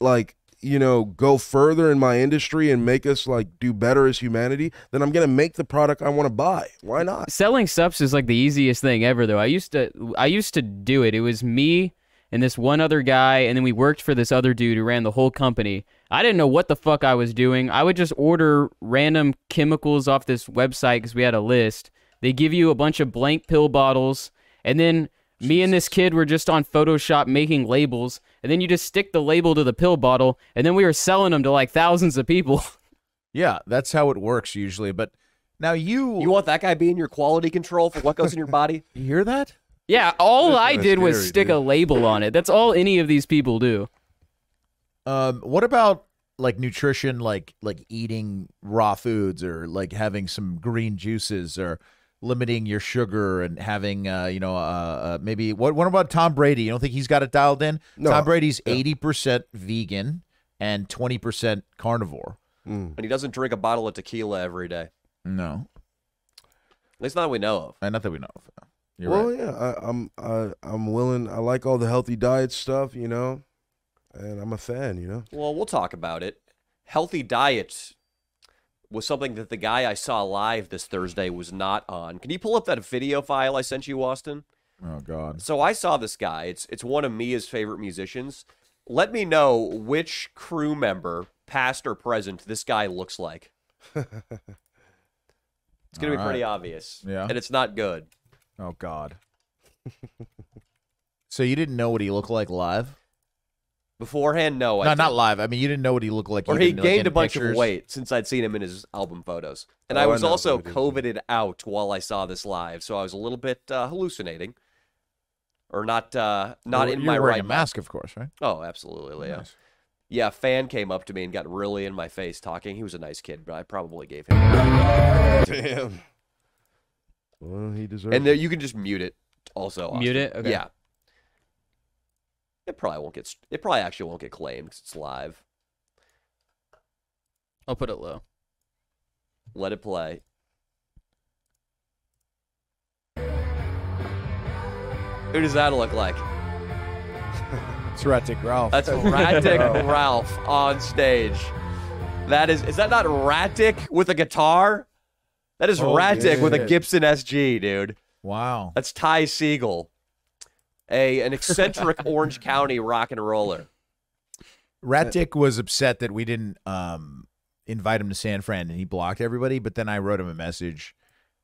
S5: like, you know, go further in my industry and make us like do better as humanity, then I'm going to make the product I want to buy. Why not?
S4: Selling subs is like the easiest thing ever though. I used to I used to do it. It was me and this one other guy and then we worked for this other dude who ran the whole company. I didn't know what the fuck I was doing. I would just order random chemicals off this website cuz we had a list. They give you a bunch of blank pill bottles and then me and this kid were just on Photoshop making labels and then you just stick the label to the pill bottle and then we were selling them to like thousands of people.
S2: Yeah, that's how it works usually. But now you
S1: You want that guy being your quality control for what goes in your body?
S2: you hear that?
S4: Yeah, all I
S5: kinda
S4: did was
S5: scary,
S4: stick
S5: dude.
S4: a label on it. That's all any of these people do.
S2: Um, what about like nutrition like like eating raw foods or like having some green juices or limiting your sugar and having uh you know uh, uh maybe what what about Tom Brady? You don't think he's got it dialed in?
S5: No.
S2: Tom Brady's 80% vegan and 20% carnivore.
S5: Mm.
S1: And he doesn't drink a bottle of tequila every day. At
S2: No.
S1: least not that we know of.
S2: Uh, Not that we know of. You're
S5: well,
S2: right.
S5: yeah, I, I'm I, I'm willing. I like all the healthy diet stuff, you know, and I'm a fan, you know.
S1: Well, we'll talk about it. Healthy diets was something that the guy I saw live this Thursday was not on. Can you pull up that video file I sent you, Austin?
S2: Oh god.
S1: So I saw this guy. It's it's one of Mia's favorite musicians. Let me know which crew member, past or present, this guy looks like. It's gonna be
S2: All right.
S1: pretty obvious.
S2: Yeah.
S1: And it's not good.
S2: Oh god. so you didn't know what he looked like live?
S1: Beforehand, no, Oh, I
S2: no,
S1: didn't.
S2: not live. I mean, you didn't know what he looked like.
S1: or
S2: You
S1: he
S2: didn't, like,
S1: gained
S2: in
S1: a bunch
S2: pictures.
S1: of weight since I'd seen him in his album photos. And
S5: Oh,
S1: I
S5: I
S1: was
S5: know
S1: also
S5: who it is.
S1: coveted out while I saw this live, so I was a little bit uh, hallucinating, or not uh, not
S2: Well,
S1: in
S2: you're
S1: my
S2: wearing
S1: right
S2: a mask, of course, right?
S1: mind. Oh, absolutely, yeah.
S2: Nice.
S1: Yeah, a fan came up to me and got really in my face talking. He was a nice kid, but I probably gave him.
S5: Damn. Well, he deserves.
S1: And
S5: it.
S1: there, you can just mute it. Also, Austin.
S4: Mute it? Okay.
S1: Yeah. It probably won't get. s- It probably actually won't get claimed 'cause it's live.
S4: I'll put it low.
S1: Let it play. Who does that look like?
S6: It's Ratic Ralph.
S1: That's Ratic Ralph on stage. That is is that not Ratic with a guitar? That is
S5: Oh,
S1: Ratic with a
S5: shit.
S1: Gibson SG, dude.
S2: Wow.
S1: That's Ty Siegel. A an eccentric Orange County rock and roller.
S2: Ratdick was upset that we didn't um, invite him to San Fran, and he blocked everybody. But then I wrote him a message,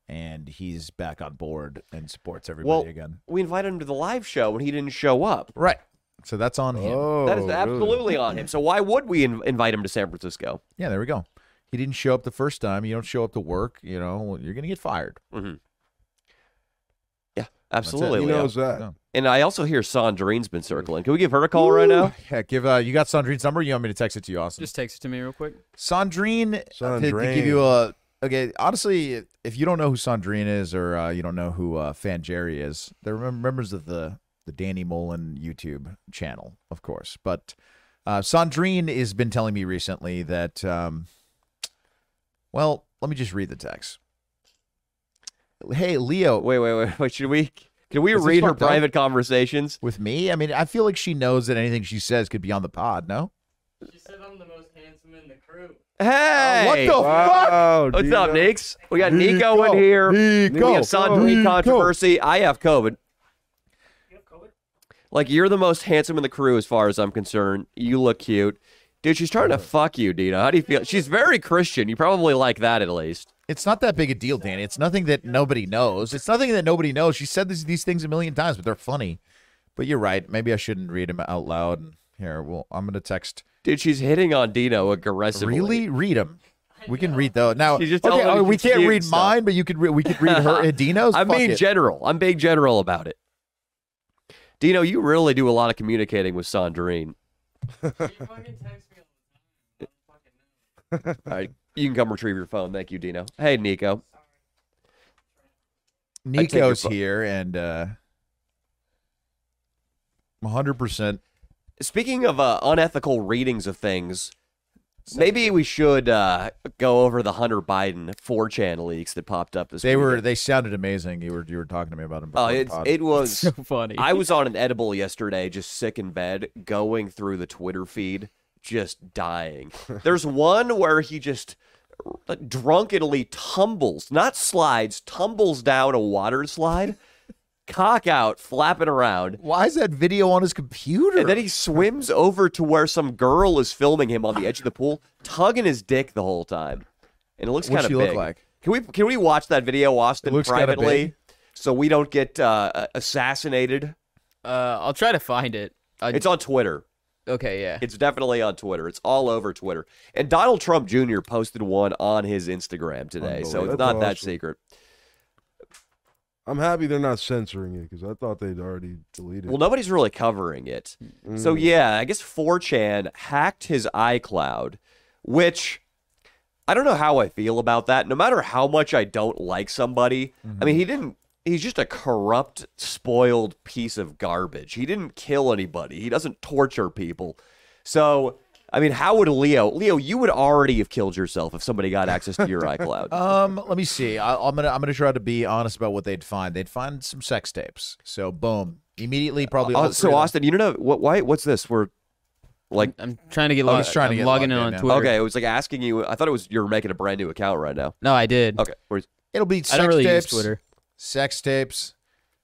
S2: and he's back on board and supports everybody
S1: Well-
S2: again.
S1: We invited him to the live show and he didn't show up.
S2: Right. So that's on him.
S5: oh,
S1: that is
S5: really?
S1: absolutely on him. So why would we in- invite him to San Francisco?
S2: Yeah, there we go. He didn't show up the first time. You don't show up to work, you know, you're gonna get fired.
S1: Mm-hmm. Yeah, absolutely.
S2: He
S5: He
S1: we are.
S5: knows that.
S2: No.
S1: And I also hear Sandrine's been circling. Can we give her a call right now?
S2: Yeah, give uh, you got Sandrine's number. You want me to text it to you, Austin?
S4: Just text it to me real quick.
S2: Sandrine, uh, to, to give
S5: Sandrine.
S2: you a okay. Honestly, if you don't know who Sandrine is, or uh, you don't know who uh, Fanjeri is, they're mem- members of the the Danny Mullen YouTube channel, of course. But uh, Sandrine has been telling me recently that, um, well, let me just read the text. Hey, Leo,
S1: Wait, wait, wait, wait. Should we? Can we
S2: Is this
S1: read her
S2: fucked up?
S1: private conversations?
S2: with me. I mean, I feel like she knows that anything she says could be on the pod. No,
S4: She said I'm the most handsome in the crew.
S1: Hey,
S2: Uh, what the fuck?
S5: Wow,
S1: What's
S5: dude.
S1: up, Nix? We got Nico, in here. we
S2: Nico,
S1: have Sandrine
S2: Nico.
S1: controversy. I have COVID. Like you're the most handsome in the crew, as far as I'm concerned. You look cute, dude. She's trying to fuck you, Dina. How do you feel? She's very Christian. You probably like that at least.
S2: It's not that big a deal, Danny. It's nothing that nobody knows. It's nothing that nobody knows. She said this, these things a million times, but they're funny. But you're right. Maybe I shouldn't read them out loud. Here, well, I'm gonna text.
S1: Dude, she's hitting on Dino aggressively.
S2: Really, read them. We can read though. Now,
S1: She's just
S2: okay,
S1: telling
S2: oh,
S1: me
S2: we
S1: she's
S2: can't
S1: cute
S2: read
S1: and stuff.
S2: mine, but you could. Re- we could read her and Dino's.
S1: I'm
S2: Fuck
S1: being
S2: it.
S1: general. I'm being general about it. Dino, you really do a lot of communicating with Sandrine. All right, you can come retrieve your phone. Thank you, Dino. Hey, Nico. I take your
S2: Nico's
S1: fu-
S2: here, and uh, 100. percent
S1: Speaking of uh, unethical readings of things, maybe we should uh, go over the Hunter Biden 4chan leaks that popped up this
S2: They
S1: weekend.
S2: were. They sounded amazing. You were. You were talking to me about them.
S1: Oh,
S2: before the
S1: it's,
S2: pod.
S1: it was.
S4: So funny.
S1: I was on an edible yesterday, just sick in bed, going through the Twitter feed, just dying. There's one where he just like, drunkenly tumbles, not slides, tumbles down a water slide, cock out, flapping around.
S2: Why is that video on his computer?
S1: And then he swims over to where some girl is filming him on the edge of the pool, tugging his dick the whole time. And it looks
S2: What's
S1: kind of
S2: she
S1: big.
S2: look like?
S1: Can we can we watch that video, Austin,
S2: looks kinda
S1: privately,
S2: big.
S1: so we don't get uh, assassinated?
S4: Uh, I'll try to find it. I,
S1: It's on Twitter.
S4: okay, yeah.
S1: It's definitely on Twitter. It's all over Twitter. And Donald Trump Jr. posted one on his Instagram today, so it's
S5: Unbelievable.
S1: not that
S5: That's awesome.
S1: secret.
S5: I'm happy they're not censoring it because I thought they'd already deleted.
S1: Well, nobody's really covering it. So yeah, I guess 4chan hacked his iCloud, which I don't know how I feel about that. No matter how much I don't like somebody, I mean, he didn't. He's just a corrupt, spoiled piece of garbage. He didn't kill anybody. He doesn't torture people. So, I mean, how would Leo? Leo, you would already have killed yourself if somebody got access to your iCloud.
S2: Um, let me see. I, I'm gonna I'm gonna try to be honest about what they'd find. They'd find some sex tapes. So boom, immediately probably. all
S1: Uh,
S2: three
S1: so
S2: of them-
S1: Austin, you don't know what? Why? What's this? We're like
S4: I'm trying to get
S2: I
S4: logged.
S2: was trying to
S4: I'm
S2: get
S4: logging
S2: logged
S4: in
S2: in
S4: on
S2: now.
S4: Twitter.
S1: Okay, it was like asking you. I thought it was you were making a brand new account right now.
S4: No, I did.
S1: Okay, where's-
S2: it'll be. Sex
S4: I don't really
S2: tapes,
S4: use Twitter.
S2: Sex tapes.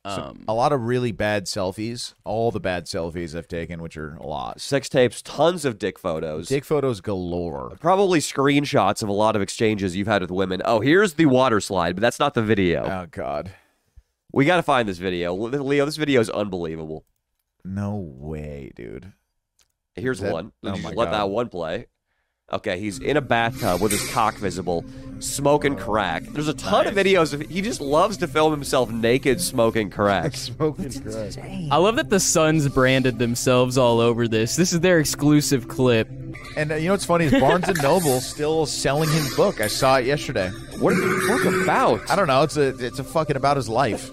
S4: Um,
S2: A lot of really bad selfies. All the bad selfies I've taken, which are a lot.
S1: sex tapes, tons of dick photos,
S2: Dick photos galore.
S1: probably screenshots of a lot of exchanges you've had with women. Oh, here's the water slide, but that's not the video.
S2: Oh God,
S1: We got to find this video, Le- Leo. This video is unbelievable.
S2: no way, dude.
S1: Here's
S2: That-
S1: one.
S2: oh
S1: Did you
S2: my
S1: just let
S2: God.
S1: that one play. Okay, he's in a bathtub with his cock visible, smoking crack. There's a ton of videos of he just loves to film himself naked smoking crack.
S5: Smoking crack.
S4: I love that the Suns branded themselves all over this. This is their exclusive clip.
S2: And uh, you know what's funny is Barnes and Noble still selling his book. I saw it yesterday.
S1: what is the book about?
S2: I don't know. It's a it's a fucking about his life.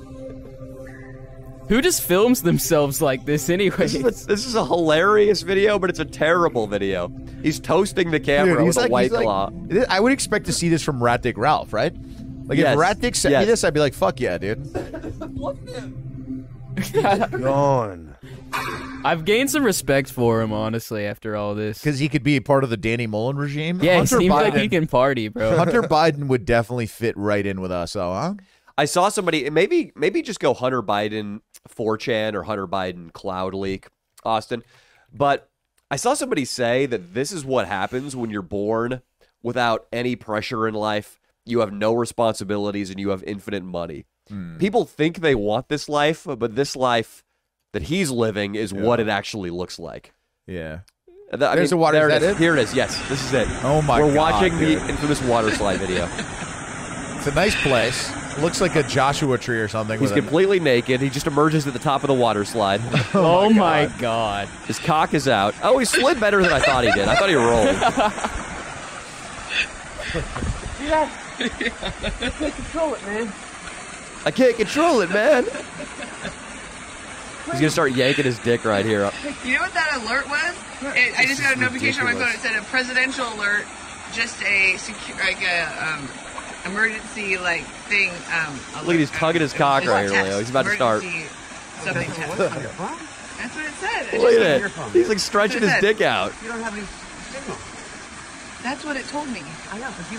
S4: Who just films themselves like this anyway?
S1: This is, a, this is a hilarious video, but it's a terrible video. He's toasting the camera
S2: Dude,
S1: with a white
S2: he's
S1: claw.
S2: Like, I would expect to see this from Rat Dick Ralph, right? Like
S1: Yes,
S2: if Rat Dick sent
S1: yes.
S2: me this, I'd be like, "Fuck yeah, dude!"
S5: Gone.
S4: I've gained some respect for him, honestly, after all this.
S2: Because he could be part of the Danny Mullen regime.
S4: Yeah, he
S2: Hunter
S4: seems
S2: Biden,
S4: like he can party, bro.
S2: Hunter Biden would definitely fit right in with us, though, huh?
S1: I saw somebody maybe maybe just go Hunter Biden 4chan or Hunter Biden cloud leak, Austin. But I saw somebody say that this is what happens when you're born without any pressure in life. You have no responsibilities and you have infinite money.
S2: Hmm.
S1: People think they want this life, but this life that he's living is what it actually looks like.
S2: Yeah.
S1: Th- I
S2: There's
S1: mean,
S2: the water.
S1: There
S2: Is that
S1: is.
S2: it?
S1: Here it is. Yes, this is it.
S2: Oh my
S1: We're
S2: God,
S1: watching the
S2: dude.
S1: infamous water slide video.
S2: It's a nice place. Looks like a Joshua tree or something.
S1: He's
S2: with a-
S1: completely naked. He just emerges at the top of the water slide.
S4: oh my god.
S1: His cock is out. Oh, he slid better than I thought he did. I thought he rolled.
S7: Control it, man.
S1: I can't control it, man. He's gonna start yanking his dick right here.
S7: You know what that alert was? It, I just got a notification on my phone. It said a presidential alert, just a secure, like a um, emergency like thing. Um, alert.
S1: Look at he's tugging his cock
S7: It was a
S1: right here,
S7: test.
S1: Leo. He's about to start.
S7: Emergency Something test. That's what it said. I
S1: Look
S7: just-
S1: at it. He's like stretching his dick out.
S7: That's what it told me.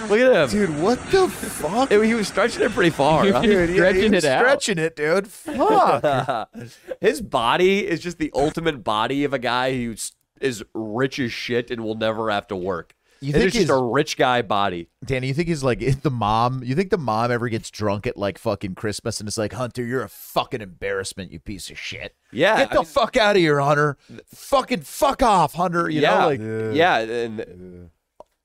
S1: Look at him.
S2: dude, what the fuck?
S1: He was stretching it pretty far. huh?
S4: Dude,
S2: He-
S4: stretching
S2: he
S4: it
S2: was
S4: out.
S2: Stretching it, dude. Fuck.
S1: His body is just the ultimate body of a guy who s- is rich as shit and will never have to work.
S2: You
S1: You
S2: think
S1: think it's just
S2: he's-
S1: a rich guy body?
S2: Danny, you think he's like if the mom? You think the mom ever gets drunk at like fucking Christmas and it's like, Hunter, you're a fucking embarrassment, you piece of shit.
S1: Yeah,
S2: get
S1: I
S2: the
S1: mean-
S2: fuck out of here, Hunter. Fucking fuck off, Hunter. You
S1: yeah,
S2: know, like
S1: yeah, and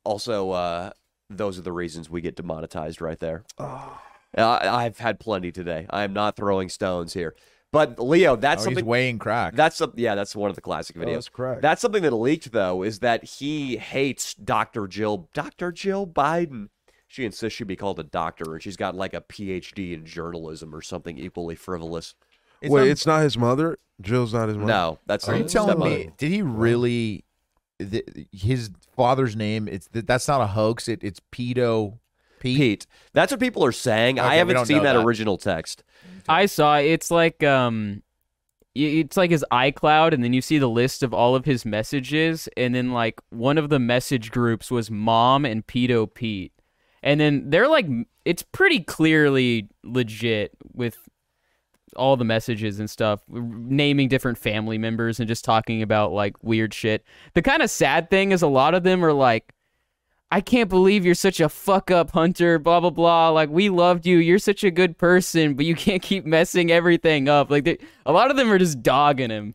S1: also uh, those are the reasons we get demonetized right there.
S2: Ah.
S1: I, I've had plenty today. I am not throwing stones here, but Leo, that's
S2: oh, he's
S1: something.
S2: weighing crack.
S1: that's something. Yeah, that's one of the classic videos.
S5: that's correct.
S1: That's something that leaked though is that he hates Dr. Jill. Dr. Jill Biden. She insists she be called a doctor, and she's got like a PhD in journalism or something equally frivolous.
S5: Wait,
S2: un-
S5: it's not his mother. Jill's not his mother.
S1: No, that's
S2: Are you
S1: her
S2: telling
S1: stepmother.
S2: me? Did he really? Th- his father's name. It's th- that's not a hoax. It, it's pedo. Pete.
S1: Pete? That's what people are saying.
S2: Okay,
S1: I
S2: we
S1: haven't
S2: don't
S1: seen
S2: know
S1: that
S2: that.
S1: original text.
S4: I saw it. it's like um y- it's like his iCloud and then you see the list of all of his messages and then like one of the message groups was mom and pedo Pete. And then they're like it's pretty clearly legit with all the messages and stuff r- naming different family members and just talking about like weird shit. The kind of sad thing is a lot of them are like I can't believe you're such a fuck up hunter, blah blah blah. Like we loved you. You're such a good person, but you can't keep messing everything up. Like they- a lot of them are just dogging him.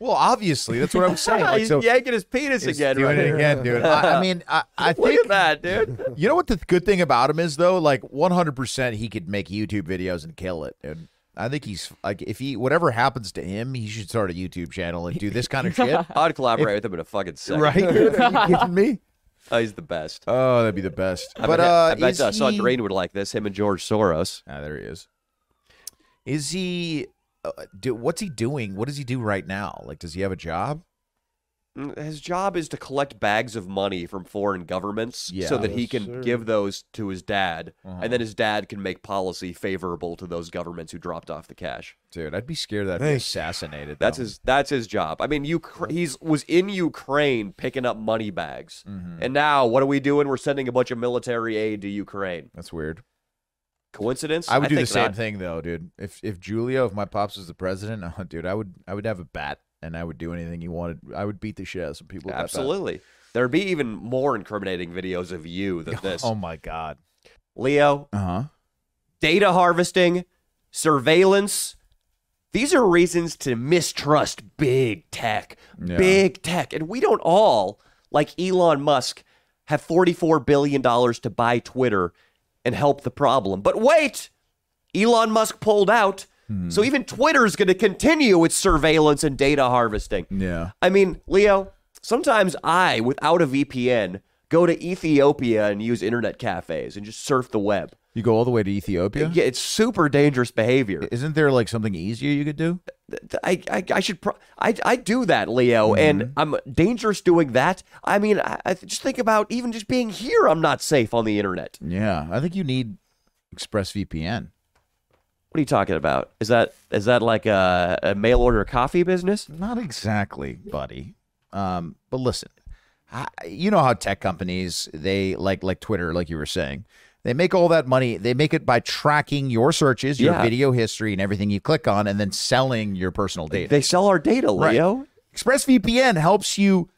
S2: Well, obviously, that's what I was saying. Like,
S1: He's
S2: so
S1: yanking his penis
S2: He's
S1: again.
S2: doing
S1: right
S2: it
S1: here.
S2: again, dude. I, I mean, I, I
S1: Look
S2: think
S1: at that, dude.
S2: you know what the good thing about him is though. Like 100, percent he could make YouTube videos and kill it. And I think he's like, if he whatever happens to him, he should start a YouTube channel and do this kind of shit.
S1: I'd collaborate with him in a fucking second.
S2: Right? Are you kidding me?
S1: Oh, he's the best.
S2: Oh, that'd be the best.
S1: I
S2: but
S1: bet,
S2: uh,
S1: I bet
S2: is
S1: uh, Son
S2: he-
S1: Drain would like this. Him and George Soros.
S2: Ah, there he is. Is he? Uh, do, what's he doing? What does he do right now? Like, does he have a job?
S1: Mm, His job is to collect bags of money from foreign governments
S2: Yeah.
S1: so that he
S5: Yes,
S1: can
S5: sir.
S1: give those to his dad,
S2: Uh-huh.
S1: and then his dad can make policy favorable to those governments who dropped off the cash.
S2: Dude, I'd be scared that I'd be
S5: Thank you.
S2: assassinated.
S1: That's
S2: though.
S1: his. That's his job. I mean, Ukra- he's was in Ukraine picking up money bags,
S2: Mm-hmm.
S1: and now what are we doing? We're sending a bunch of military aid to Ukraine.
S2: That's weird.
S1: Coincidence?
S2: I would do the
S1: think
S2: same
S1: not.
S2: thing though, dude. If if Julio, if my pops was the president, oh, dude, I would I would have a bat and I would do anything he wanted. I would beat the shit out of some people. with that bat.
S1: Absolutely. There'd be even more incriminating videos of you than this.
S2: Oh my god.
S1: Leo,
S2: Uh huh.
S1: data harvesting, surveillance. These are reasons to mistrust big tech.
S2: Yeah.
S1: Big tech. And we don't all, like Elon Musk, have $44 billion to buy Twitter and help the problem. But wait, Elon Musk pulled out.
S2: Hmm.
S1: So even Twitter's going to continue its surveillance and data harvesting.
S2: Yeah.
S1: I mean, Leo, sometimes I, without a VPN, go to Ethiopia and use internet cafes and just surf the web.
S2: You go all the way to Ethiopia.
S1: Yeah, it's super dangerous behavior.
S2: Isn't there like something easier you could do?
S1: Th- I, I, I should pro- I, I do that, Leo,
S2: Mm-hmm.
S1: and I'm dangerous doing that. I mean, I, I just think about even just being here. I'm not safe on the internet.
S2: Yeah, I think you need ExpressVPN.
S1: What are you talking about? Is that is that like a, a mail order coffee business?
S2: Not exactly, buddy. Um, but listen, I, you know how tech companies they like like Twitter, like you were saying, they make all that money. They make it by tracking your searches, your
S1: Yeah.
S2: video history, and everything you click on, and then selling your personal data.
S1: They sell our data,
S2: Right.
S1: Leo.
S2: ExpressVPN helps you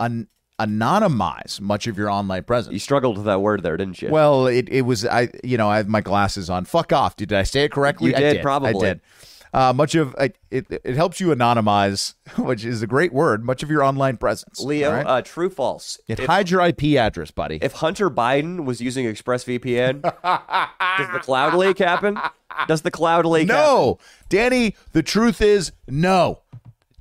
S2: an- anonymize much of your online
S1: You
S2: presence.
S1: struggled with that word there, didn't you?
S2: Well, it, it was I you know I have my glasses on. Fuck off, dude. Did I say it correctly?
S1: You
S2: I
S1: did,
S2: I
S1: probably.
S2: did. Uh, much of I, it, it helps you anonymize, which is a great word. Much of your online presence,
S1: Leo,
S2: all right?
S1: uh, true false.
S2: it hides your IP address, buddy.
S1: if Hunter Biden was using ExpressVPN, does the cloud leak happen? Does the cloud leak? happen?
S2: no, Danny. The truth is no.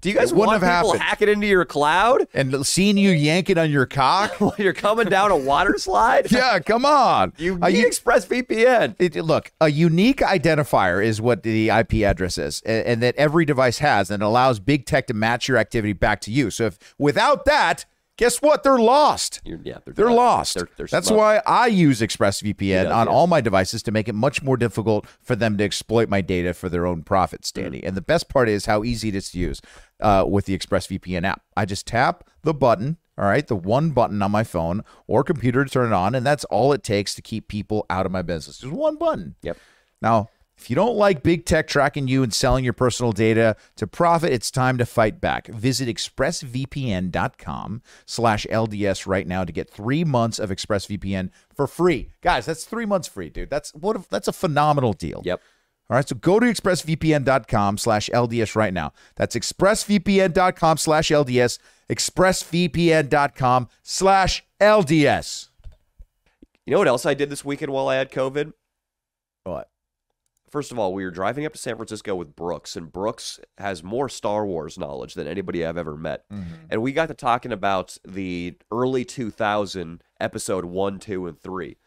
S1: Do you guys
S2: It wouldn't
S1: want
S2: have
S1: people
S2: happened.
S1: hacking into your cloud
S2: And seeing you yank it on your cock.
S1: while you're coming down a water slide?
S2: yeah, come on.
S1: You
S2: Are
S1: need ExpressVPN.
S2: It, it- look, a unique identifier is what the IP address is, and, and that every device has, and it allows big tech to match your activity back to you. So if without that, guess what? They're lost.
S1: You're- yeah, they're
S2: they're
S1: done.
S2: lost.
S1: They're- they're
S2: That's
S1: smoked.
S2: why I use ExpressVPN
S1: Yeah,
S2: on
S1: yeah.
S2: all my devices to make it much more difficult for them to exploit my data for their own
S1: Mm-hmm.
S2: profits, Danny. And the best part is how easy it is to use uh, with the ExpressVPN app. I just tap the button. All right, the one button on my phone or computer to turn it on, and that's all it takes to keep people out of my business. Just one button.
S1: Yep.
S2: Now, if you don't like big tech tracking you and selling your personal data to profit, it's time to fight back. Visit expressvpn.com slash LDS right now to get three months of ExpressVPN for free. Guys, that's three months free, dude. That's what a, that's a phenomenal deal.
S1: Yep.
S2: All right, so go to expressvpn.com slash LDS right now. That's expressvpn.com slash LDS, expressvpn.com slash LDS.
S1: You know what else I did this weekend while I had COVID?
S2: What?
S1: First of all, we were driving up to San Francisco with Brooks, and Brooks has more Star Wars knowledge than anybody I've ever met. And we got to talking about the early 2000 episode 1, 2, and 3,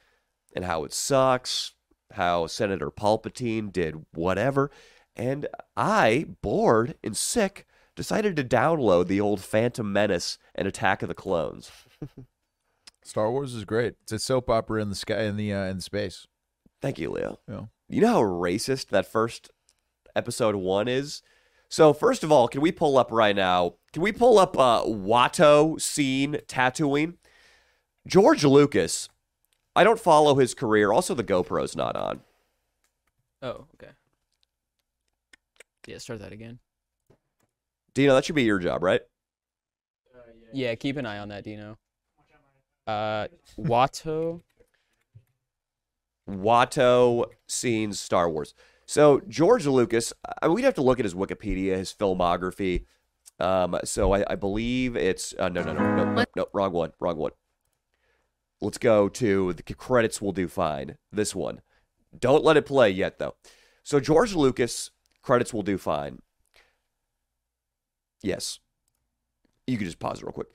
S1: and how it sucks, how Senator Palpatine did whatever. And I, bored and sick, decided to download the old Phantom Menace and Attack of the Clones.
S2: Star Wars is great. It's a soap opera in the sky in the uh, in space.
S1: Thank you, Leo.
S2: Yeah.
S1: You know how racist that first episode one is? So, first of all, can we pull up right now? Can we pull up uh, Watto scene tattooing? George Lucas, I don't follow his career. Also, the GoPro's not on.
S4: Oh, okay. Yeah, start that again.
S1: Dino, that should be your job, right?
S4: Yeah, keep an eye on that, Dino. Uh, Watto.
S1: Watto scenes Star Wars. So George Lucas, I, we'd have to look at his Wikipedia, his filmography. Um, so I, I believe it's uh, no, no, no, no, no, no, wrong one, wrong one. Let's go to the credits. Will do fine. This one. Don't let it play yet, though. So George Lucas credits will do fine. Yes, you can just pause real quick.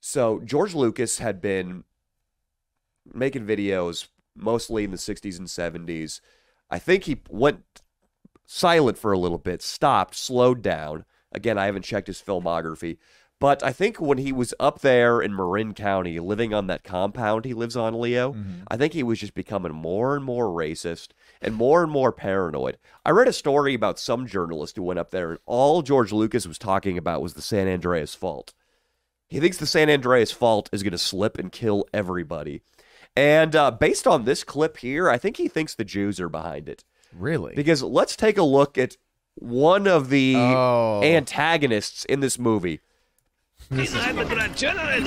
S1: So George Lucas had been making videos mostly in the 60s and 70s. I think he went silent for a little bit, stopped, slowed down. Again, I haven't checked his filmography, but I think when he was up there in Marin County living on that compound he lives on, Leo, I think he was just becoming more and more racist and more and more paranoid. I read a story about some journalist who went up there and all George Lucas was talking about was the San Andreas fault. He thinks the San Andreas fault is going to slip and kill everybody. And uh, based on this clip here, I think he thinks the Jews are behind it.
S2: Really?
S1: Because let's take a look at one of the
S2: Oh.
S1: antagonists in this movie.
S8: I'm a grand general.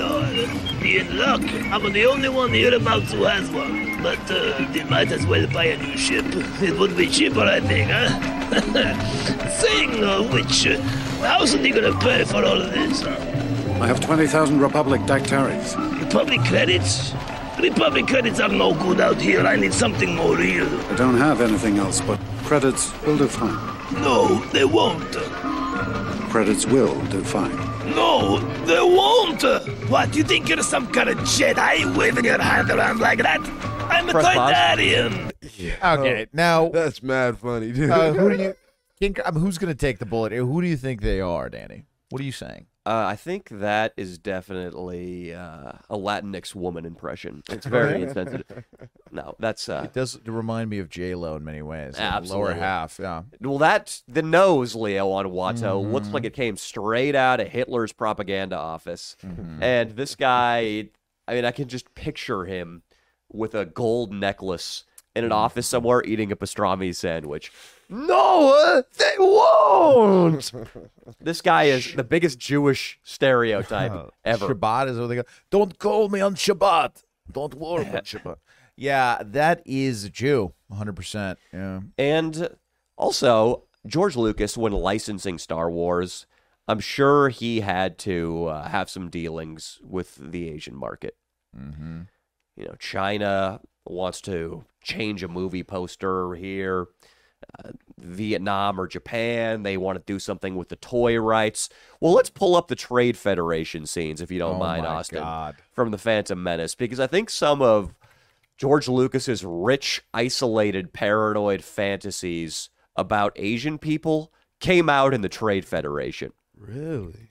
S8: Good luck. I'm the only one hereabouts who has one. But uh, they might as well buy a new ship. It would be cheaper, I think, huh? Saying of which, uh, how's he gonna pay for all of this?
S9: I have 20,000 Republic dictarics.
S8: Republic credits? Republic credits are no good out here. I need something more real.
S9: I don't have anything else but credits will do fine.
S8: No, they won't.
S9: Credits will do fine.
S8: No, they won't. What, you think you're some kind of Jedi waving your hand around like that? I'm a
S1: Press pause.
S8: Titanian.
S2: Okay, Oh, now
S5: That's mad funny, dude.
S2: uh, who do you? Think, um, who's going to take the bullet? here? Who do you think they are, Danny? What are you saying?
S1: Uh, I think that is definitely uh, a Latinx woman impression. It's very insensitive. No, that's uh,
S2: It does remind me of J Lo in many ways. like
S1: Absolutely.
S2: Lower half. Yeah.
S1: well, that the nose Leo on Watto looks like it came straight out of Hitler's propaganda office, and this guy, I mean, I can just picture him with a gold necklace in an office somewhere eating a pastrami sandwich. No, uh, they won't. this guy is the biggest Jewish stereotype ever.
S2: Shabbat is what they go. Don't call me on Shabbat. Don't worry about Shabbat. Yeah, that is a Jew, 100%. Yeah.
S1: And also, George Lucas, when licensing Star Wars, I'm sure he had to uh, have some dealings with the Asian market. Mm-hmm. You know, China wants to change a movie poster here. Uh, Vietnam or Japan, they want to do something with the toy rights. Well, let's pull up the Trade Federation scenes, if you don't
S2: Oh
S1: mind,
S2: my
S1: Austin,
S2: God.
S1: from The Phantom Menace, because I think some of George Lucas's rich, isolated, paranoid fantasies about Asian people came out in the Trade Federation.
S5: really?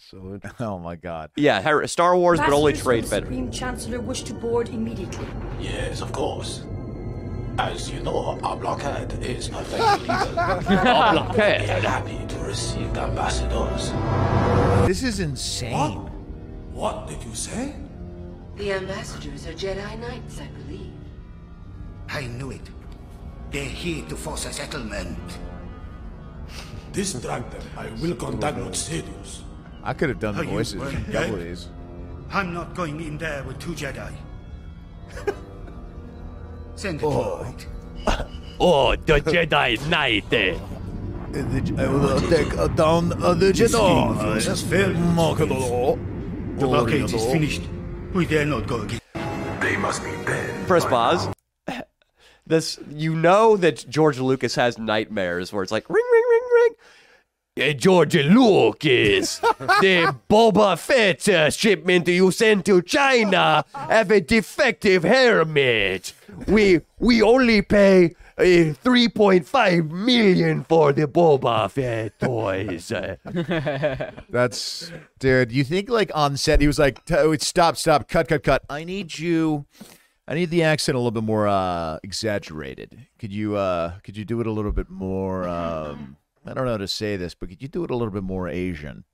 S5: So interesting.
S2: Oh, my God.
S1: Yeah, Har- Star Wars, but only
S10: Ambassadors
S1: Trade
S10: from
S1: Federation.
S10: Supreme Chancellor wish to board immediately.
S8: Yes, of course. As you know, our blockade is perfectly legal.
S4: Uh,
S8: our blockade is happy to receive the ambassadors.
S2: This is insane.
S8: What did you say?
S10: The ambassadors are Jedi Knights, I believe.
S9: I knew it. They're here to force a settlement.
S8: Distract them. I will contact with Sidious.
S2: I could have done the
S9: Are you
S2: voices.
S9: wearing
S2: Double
S9: red?
S2: these.
S9: I'm not going in there with two Jedi. Send it forward.
S8: Oh, the Jedi Knight. eh?
S2: I will take down the
S9: has failed. The blockade is finished. We dare not go again.
S8: They must be dead.
S1: Press pause. This you know that George Lucas has nightmares where it's like ring ring ring ring. Eh, George Lucas, the Boba Fett uh, shipment you sent to China have a defective helmet. We we only pay uh, three point five million for the Boba Fett toys. Uh,
S2: That's, dude, you think like on set, he was like, "T- wait, stop, stop, cut, cut, cut. I need you. I need the accent a little bit more uh, exaggerated. Could you uh, could you do it a little bit more? Um, I don't know how to say this, but could you do it a little bit more Asian?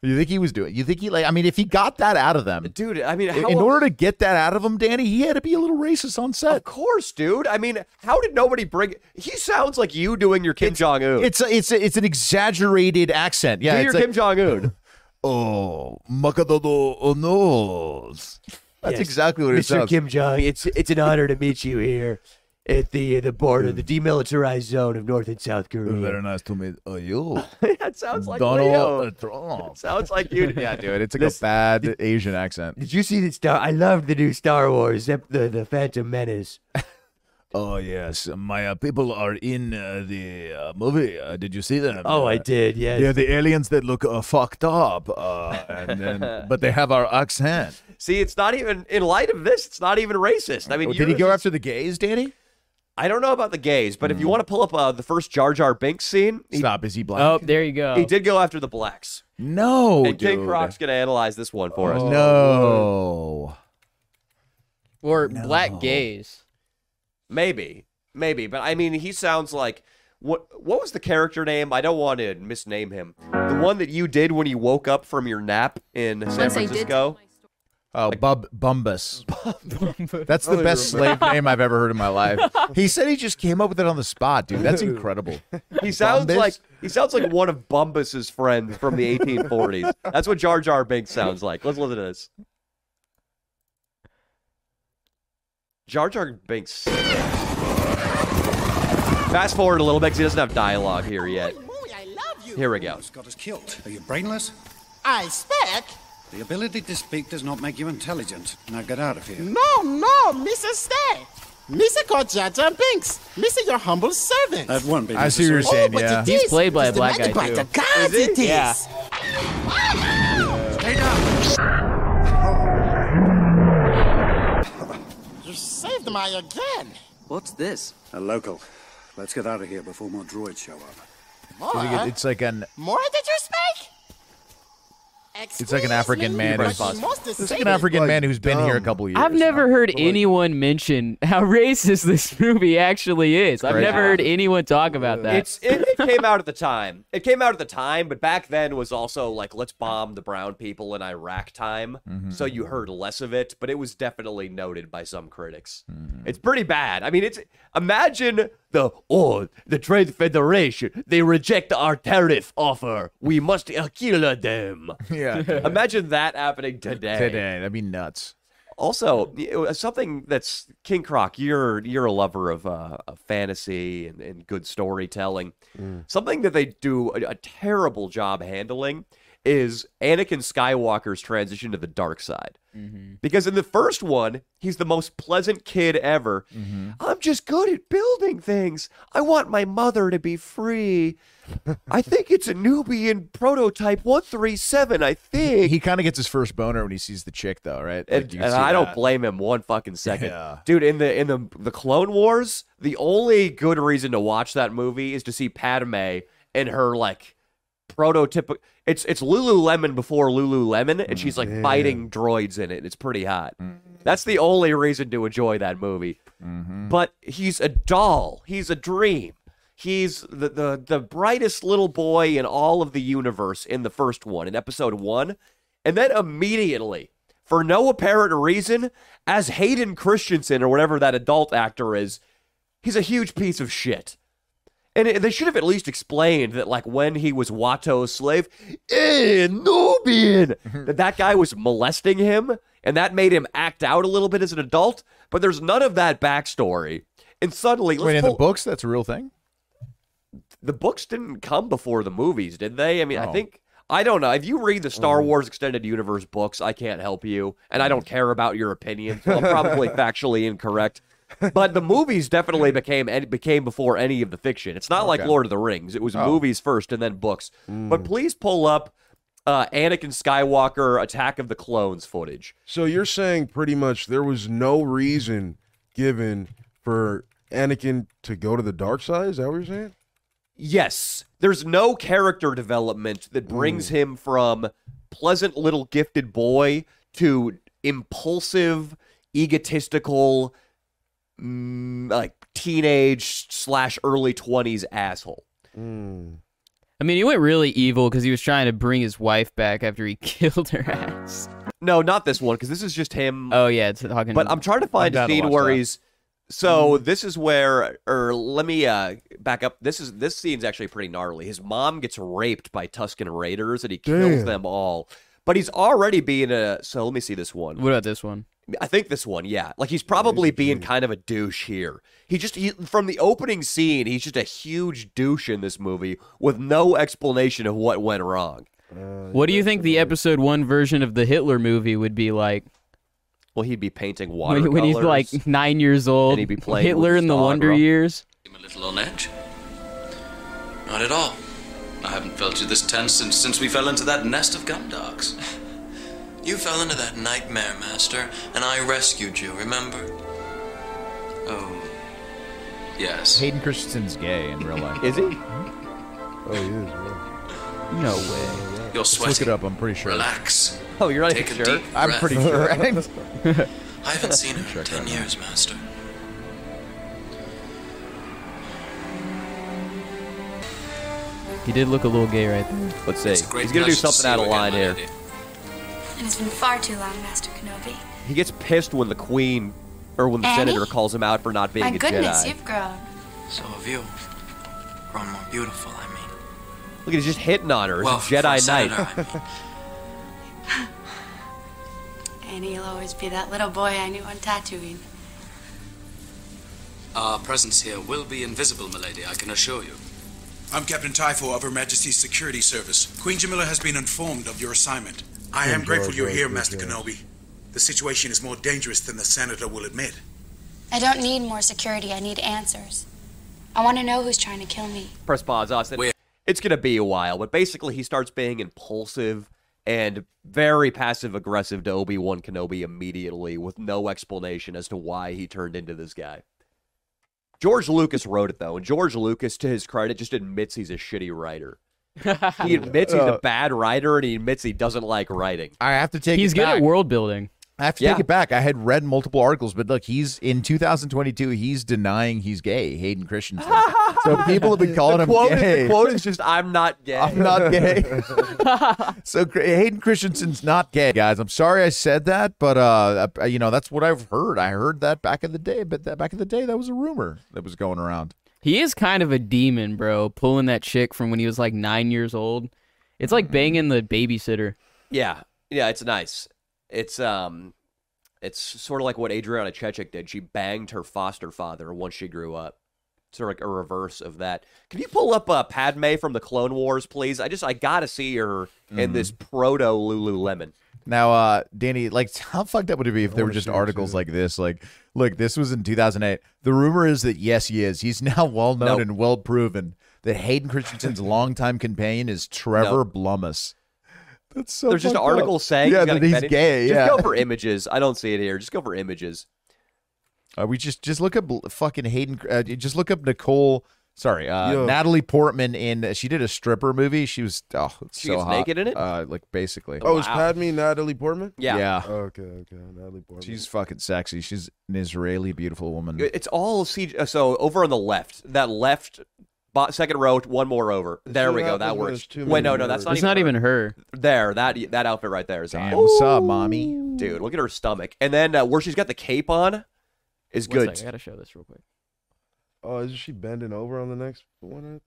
S2: You think he was doing? You think he like? I mean, if he got that out of them,
S1: Dude, I mean,
S2: in
S1: how
S2: order to get that out of him, Danny, he had to be a little racist on
S1: Of
S2: set.
S1: course, dude. I mean, how did nobody bring? He sounds like you doing your Kim Jong Un.
S2: It's a, it's a, it's an exaggerated accent. Yeah,
S1: Do
S2: it's
S1: your
S2: like,
S1: Kim Jong Un.
S2: oh, macadado nose. That's exactly what it sounds.
S1: Jong, it's it's an honor to meet you here.
S11: at the the border, the demilitarized zone of North and South Korea.
S2: Very nice to meet uh, you.
S11: that sounds like
S2: Donald
S11: Leo.
S2: Trump.
S11: sounds like you.
S2: yeah, dude, it's like
S11: This-
S2: a bad Asian accent.
S11: Did you see the Star? I love the new Star Wars, ep- the the Phantom Menace.
S2: Oh yes, my uh, people are in uh, the uh, movie. Uh, did you see them?
S11: Oh, I
S2: Uh,
S11: did, yes.
S2: They're the aliens that look uh, fucked up, uh, and then, but they have our accent.
S1: See, it's not even in light of this. It's not even racist. I mean,
S2: Oh, did he go after Mm. the gays, Danny?
S1: I don't know about the gays, but if you want to pull up uh, the first Jar Jar Binks scene, he,
S2: Stop! Is he black?
S4: Oh, there you go.
S1: he did go after the blacks.
S2: No,
S1: and King
S2: Oh, dude. Oh,
S1: Croc's gonna analyze this one for us. Oh.
S2: no.
S4: Or black gays.
S1: Maybe, maybe, but I mean, he sounds like what? What was the character name? I don't want to misname him. The one that you did when you woke up from your nap in San
S10: Once I did
S1: Francisco.
S2: Oh, Bub Bumbus. That's the
S1: I
S2: best
S1: remember.
S2: slave name I've ever heard in my life. He said he just came up with it on the spot, dude. That's incredible.
S1: He sounds
S2: Bumbus?
S1: like he sounds like one of Bumbus's friends from the 1840s. That's what Jar Jar Binks sounds like. Let's listen to this. Jar Jar Binks. Fast forward a little bit because he doesn't have dialogue here yet. Here we go.
S9: Got us killed. Are you brainless?
S12: I speak?
S9: The ability to speak does not make you intelligent. Now get out of here.
S12: No, no, Mr. Stay. Mr. called Jaja Binks. Mr. Your humble servant.
S9: That won't be.
S2: I see
S1: Oh,
S2: what you're
S9: necessary.
S2: saying, yeah.
S4: Uh, He's played by a black guy,
S12: by
S4: too.
S12: the gods it is.
S4: Yeah.
S9: Stay down.
S12: You saved my again.
S9: What's this? A local. Let's get out of here before more droids show up.
S12: More?
S2: Did he get- It's like an
S12: More did you speak?
S2: it's like an African man.
S12: but
S2: who's-
S12: you must
S2: It's like
S12: say
S2: an African
S12: it.
S2: man who's been here a couple years.
S4: I've never heard anyone mention how racist this movie actually is. I've
S1: crazy.
S4: never heard anyone talk about that.
S1: It's it, it came out at the time. It came out at the time, but back then was also like let's bomb the brown people in Iraq time. So you heard less of it, but it was definitely noted by some critics. It's pretty bad. I mean, it's imagine
S11: The oh, the Trade Federation, they reject our tariff offer. We must uh, kill them.
S2: Yeah.
S1: imagine that happening today.
S2: Today, that'd be nuts.
S1: Also, you know, something that's King Croc, you're you're a lover of, uh, of fantasy and, and good storytelling. Something that they do a, a terrible job handling is Anakin Skywalker's transition to the dark side. Because in the first one, he's the most pleasant kid ever. I'm just good at building things. I want my mother to be free. I think it's a Nubian prototype 137, I think.
S2: He kind of gets his first boner when he sees the chick, though, right? Like,
S1: And,
S2: you
S1: and
S2: see
S1: I don't
S2: that.
S1: blame him one fucking second,
S2: Yeah.
S1: dude. In the in the the Clone Wars, the only good reason to watch that movie is to see Padme and her like prototypical. It's it's Lululemon before Lululemon, and she's like
S2: Mm,
S1: fighting droids in it. It's pretty hot. That's the only reason to enjoy that movie. But he's a doll. He's a dream. He's the, the the brightest little boy in all of the universe in the first one, in episode one. And then immediately, for no apparent reason, as Hayden Christensen or whatever that adult actor is, he's a huge piece of shit. And it- they should have at least explained that, like, when he was Watto's slave, eh, Nubian,
S2: Mm-hmm.
S1: that that guy was molesting him, and that made him act out a little bit as an adult. But there's none of that backstory. And suddenly, let's
S2: Wait, in
S1: pull-
S2: the books, that's a real thing.
S1: the books didn't come before the movies, did they? I mean, I
S2: No. Mm.
S1: think I don't know. If you read the Star Wars Extended Universe books, I can't help you, and I don't care about your opinion. So I'm probably factually incorrect. But the movies definitely became and became before any of the fiction. It's not like
S2: Okay. Oh. Mm.
S1: Lord of the Rings. It was movies first and then books. But please pull up uh, Anakin Skywalker Attack of the Clones footage.
S5: So you're saying pretty much there was no reason given for Anakin to go to the dark side? Is that what you're saying?
S1: Yes, there's no character development that brings him from pleasant little gifted boy to impulsive, egotistical, mm, like teenage slash early 20s asshole.
S4: I mean, he went really evil because he was trying to bring his wife back after he killed her ass.
S1: No, not this one, because this is just him.
S4: Oh yeah, it's talking.
S1: but I'm trying to find a
S2: down to
S1: scene
S2: watch
S1: where
S2: that.
S1: he's. So this is where, or let me uh, back up. This is this scene's actually pretty gnarly. His mom gets raped by Tuscan Raiders, and he kills them all. But he's already being a. So let me see this one.
S4: What about this one?
S1: I think this one, yeah. Like he's probably being kind of a douche here. He just he, from the opening scene, he's just a huge douche in this movie with no explanation of what went wrong.
S4: What do you think the episode one version of the Hitler movie would be like?
S1: Well, he'd be painting water
S4: When, when he's like nine years old,
S1: he'd be playing
S4: Hitler
S1: with
S4: in the
S1: his
S4: Wonder
S1: dog, bro.
S4: Years.
S13: I'm a little on edge. Not at all. I haven't felt you this tense since, since we fell into that nest of gumdogs. You fell into that nightmare, Master, and I rescued you, remember? Oh, yes.
S2: Hayden Christensen's gay in real life.
S1: is he?
S5: Oh, he is. Yeah.
S2: No way.
S13: You're
S2: Let's look it
S13: sweating.
S2: up. I'm pretty sure.
S13: Relax.
S1: Oh, you're not
S13: Take
S1: even
S13: a
S1: sure?
S13: deep
S2: I'm
S13: breath.
S2: pretty sure.
S13: I haven't seen her in ten years, Master.
S4: He did look a little gay right there.
S1: Let's see.
S13: It's a great
S1: He's gonna do
S13: pleasure to
S1: something
S13: see
S1: out
S13: you
S1: of
S13: again,
S1: line
S13: my
S1: here.
S13: lady.
S14: It has been far too long, Master Kenobi.
S1: He gets pissed when the queen or when the
S14: Annie?
S1: senator calls him out for not being
S14: My
S1: a
S14: goodness,
S1: Jedi.
S14: you've grown.
S13: So have you. Grown more beautiful, I mean.
S1: Look at he's just hitting on her.
S13: Well,
S1: it's
S13: for
S1: a
S13: a
S1: Jedi
S13: senator,
S1: Knight.
S14: And he'll always be that little boy I knew on Tatooine.
S13: Our presence here will be invisible, milady, I can assure you.
S15: I'm Captain Typho of Her Majesty's Security Service. Queen Jamila has been informed of your assignment. I am
S5: Good
S15: grateful
S5: God,
S15: you're here,
S5: God,
S15: Master
S5: yes.
S15: Kenobi. The situation is more dangerous than the Senator will admit.
S14: I don't need more security, I need answers. I want to know who's trying to kill me.
S1: press pause, Austin. It's gonna be a while, but basically he starts being impulsive and very passive aggressive to Obi Wan Kenobi immediately with no explanation as to why he turned into this guy. George Lucas wrote it though, and George Lucas, to his credit, just admits he's a shitty writer. He admits he's
S2: Uh,
S1: a bad writer and he admits he doesn't like writing.
S2: I have to take.
S1: He's
S2: it
S1: good at
S2: back.
S4: world building.
S2: I have to
S1: Yeah.
S2: take it back. I had read multiple articles, but look, he's in 2022. He's denying he's gay, Hayden Christensen. so people have been calling
S1: the
S2: him
S1: quote,
S2: gay.
S1: The quote is just, "I'm not gay.
S2: I'm not gay. so Cr- Hayden Christensen's not gay, guys. I'm sorry I said that, but uh, uh, you know that's what I've heard. I heard that back in the day, but that back in the day, that was a rumor that was going around.
S4: He is kind of a demon, bro. Pulling that chick from when he was like nine years old. It's like banging the babysitter.
S1: Yeah, yeah, it's nice. It's um, it's sort of like what Adriana Chechik did. She banged her foster father once she grew up. Sort of like a reverse of that. Can you pull up uh, Padme from the Clone Wars, please? I just I gotta see her in this
S2: Mm-hmm.
S1: proto Lululemon.
S2: Now, uh, Danny, like, how fucked up would it be if there were just articles like this? Like, look, this was in 2008. The rumor is that yes, he is. He's now well known
S1: Nope.
S2: and well proven that Hayden Christensen's longtime companion is Trevor Blummus. That's so.
S1: There's just an
S2: fucked up.
S1: article saying
S2: yeah,
S1: he's, got
S2: that
S1: a
S2: he's
S1: fetish.
S2: gay.
S1: Just
S2: yeah,
S1: go for images. I don't see it here. Just go for images.
S2: Uh, we just just look up l- fucking Hayden. Uh, just look up Nicole. Sorry, uh,
S1: Yo.
S2: Natalie Portman in. She did a stripper movie. She was oh, it's
S5: She
S2: so
S5: gets
S2: hot.
S5: naked in it?
S2: Uh, like basically.
S5: Oh, is Padme Natalie Portman?
S2: Yeah.
S5: Oh, okay, okay. Natalie Portman.
S2: She's fucking sexy. She's an Israeli beautiful woman.
S1: It's all C. uh, So over on the left, that left. bo- Second row, one more over. There
S2: what
S1: we go. That
S2: happens when
S1: works.
S2: there's too
S1: Wait,
S2: many
S1: no, no, that's not.
S4: It's not even her.
S1: There, that that outfit right there is hot.
S2: Damn, what's up, mommy?
S1: dude. Look at her stomach, and then uh, where she's got the cape on is
S4: One
S1: good.
S4: sec, I gotta show this real quick.
S5: Oh, is she bending over on the next one?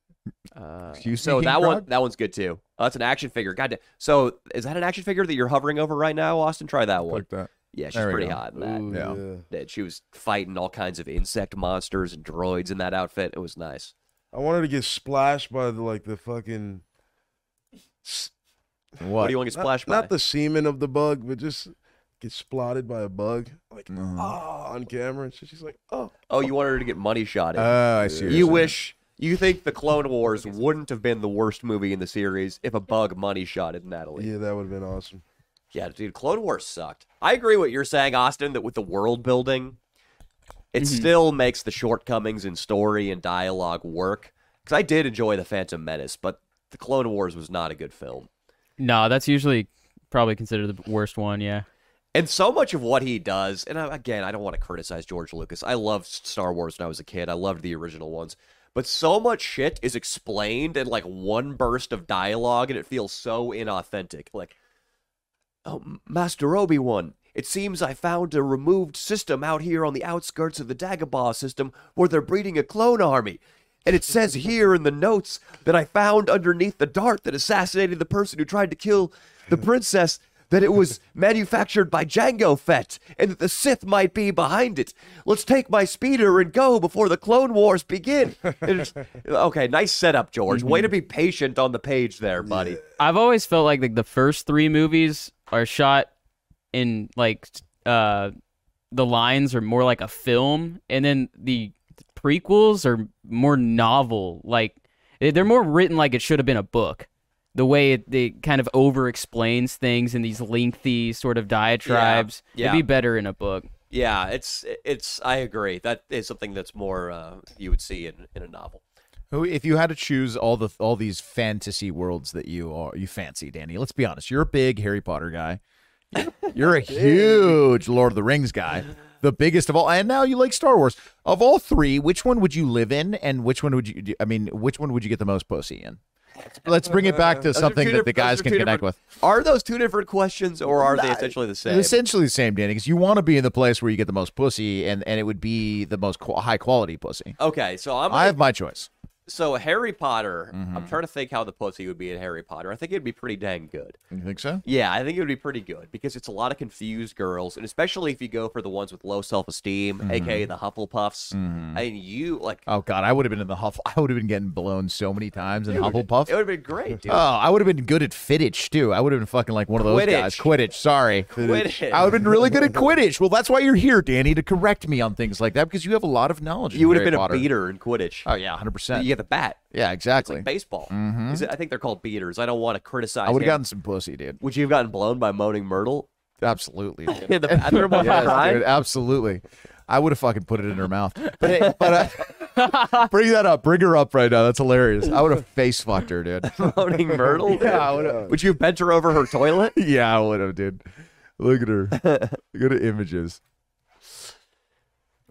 S4: Uh,
S1: Oh. so that one, that one's good too. Oh, that's an action figure. God damn. So is that an action figure that you're hovering over right now, Austin? Try that one.
S2: that.
S1: Yeah, she's
S2: There we
S1: pretty
S2: go.
S1: hot in that.
S2: Ooh, Yeah.
S1: That she was fighting all kinds of insect monsters and droids in that outfit. It was nice.
S5: I wanted to get splashed by the like the fucking.
S2: What?
S1: What do you wanna get
S5: Not-
S1: splashed by?
S5: Not the semen of the bug, but just get splotted by a bug, like
S2: Uh-huh.
S5: ah, on camera. And shit. she's like, oh,
S1: Oh, you wanted her to get money shot. in.
S2: Oh, I see what
S1: You
S2: you're saying.
S1: wish. You think the Clone Wars wouldn't have been the worst movie in the series if a bug money shot at Natalie?
S5: yeah, that would have been awesome.
S1: Yeah, dude, Clone Wars sucked. I agree what you're saying, Austin, that with the world building, it still makes the shortcomings in story and dialogue work. Because I did enjoy The Phantom Menace, but the Clone Wars was not a good film.
S4: No, that's usually probably considered the worst one. Yeah.
S1: And so much of what he does, and I- again, I don't want to criticize George Lucas. I loved Star Wars when I was a kid. I loved the original ones. But so much shit is explained in like one burst of dialogue, and it feels so inauthentic. Like, oh, M- Master Obi Wan, it seems I found a removed system out here on the outskirts of the Dagobah system where they're breeding a clone army. And it says here in the notes that I found underneath the dart that assassinated the person who tried to kill the princess
S11: that it was manufactured by Django Fett and that the Sith might be behind it. Let's take my speeder and go before the Clone Wars begin. And it's- okay, nice setup, George. Way to be patient on the page there, buddy.
S4: I've always felt like the, the first three movies are shot in like uh the lines are more like a film, and then the prequels are more novel. Like they- they're more written like it should have been a book. The way it, it kind of over explains things in these lengthy sort of diatribes,
S1: yeah.
S4: it'd be better in a book.
S1: Yeah, it's it's. I agree. That is something that's more uh, you would see in, in a novel.
S2: Who- If you had to choose all the all these fantasy worlds that you are you fancy, Danny, let's be honest. You're a big Harry Potter guy. You're a huge Lord of the Rings guy. The biggest of all, and now you like Star Wars. Of all three, which one would you live in, and which one would you? I mean, which one would you get the most pussy in? Let's bring it back to
S1: Those are
S2: something
S1: two
S2: that
S1: diff-
S2: the
S1: those
S2: guys
S1: are
S2: can
S1: two
S2: connect with.
S1: different- Are those two different questions, or are they
S2: Nah,
S1: essentially the same?
S2: Essentially the same, Danny, because you want to be in the place where you get the most pussy, and and it would be the most qu- high quality pussy.
S1: Okay, so I'm.
S2: I have my choice.
S1: So Harry Potter.
S2: Mm-hmm.
S1: I'm trying to think how the pussy would be in Harry Potter. I think it'd be pretty dang good.
S2: You think so?
S1: Yeah, I think it would be pretty good because it's a lot of confused girls, and especially if you go for the ones with low self esteem,
S2: Mm-hmm.
S1: aka the Hufflepuffs, and you like.
S2: Oh God, I would have been in the Huff. I would have been getting blown so many times in
S1: Dude,
S2: Hufflepuff.
S1: It would have been great, dude.
S2: Oh, I would have been good at Fidditch too. I would have been fucking like one of those
S1: Quidditch.
S2: guys. Quidditch, sorry.
S1: Quidditch.
S2: I would have been really good at Quidditch. Well, that's why you're here, Danny, to correct me on things like that because you have a lot of knowledge.
S1: you would have been a beater in Quidditch.
S2: Oh yeah, hundred percent.
S1: You get the bat.
S2: Yeah, exactly.
S1: Like baseball.
S2: Mhm.
S1: Is it- I think they're called beaters. I don't want to criticize.
S2: I would have
S1: him.
S2: gotten some pussy, dude.
S1: Would you have gotten blown by Moaning Myrtle?
S2: Absolutely. dude.
S1: In the bathroom while
S2: Yes,
S1: crying?
S2: dude, absolutely. I would have fucking put it in her mouth. But, hey, but uh, bring that up. Bring her up right now. That's hilarious. I would have face fucked her, dude.
S1: Moaning Myrtle?
S2: Yeah, I would've-
S1: Would you have bent her over her toilet?
S2: yeah, I would have, dude. Look at her. Go to images.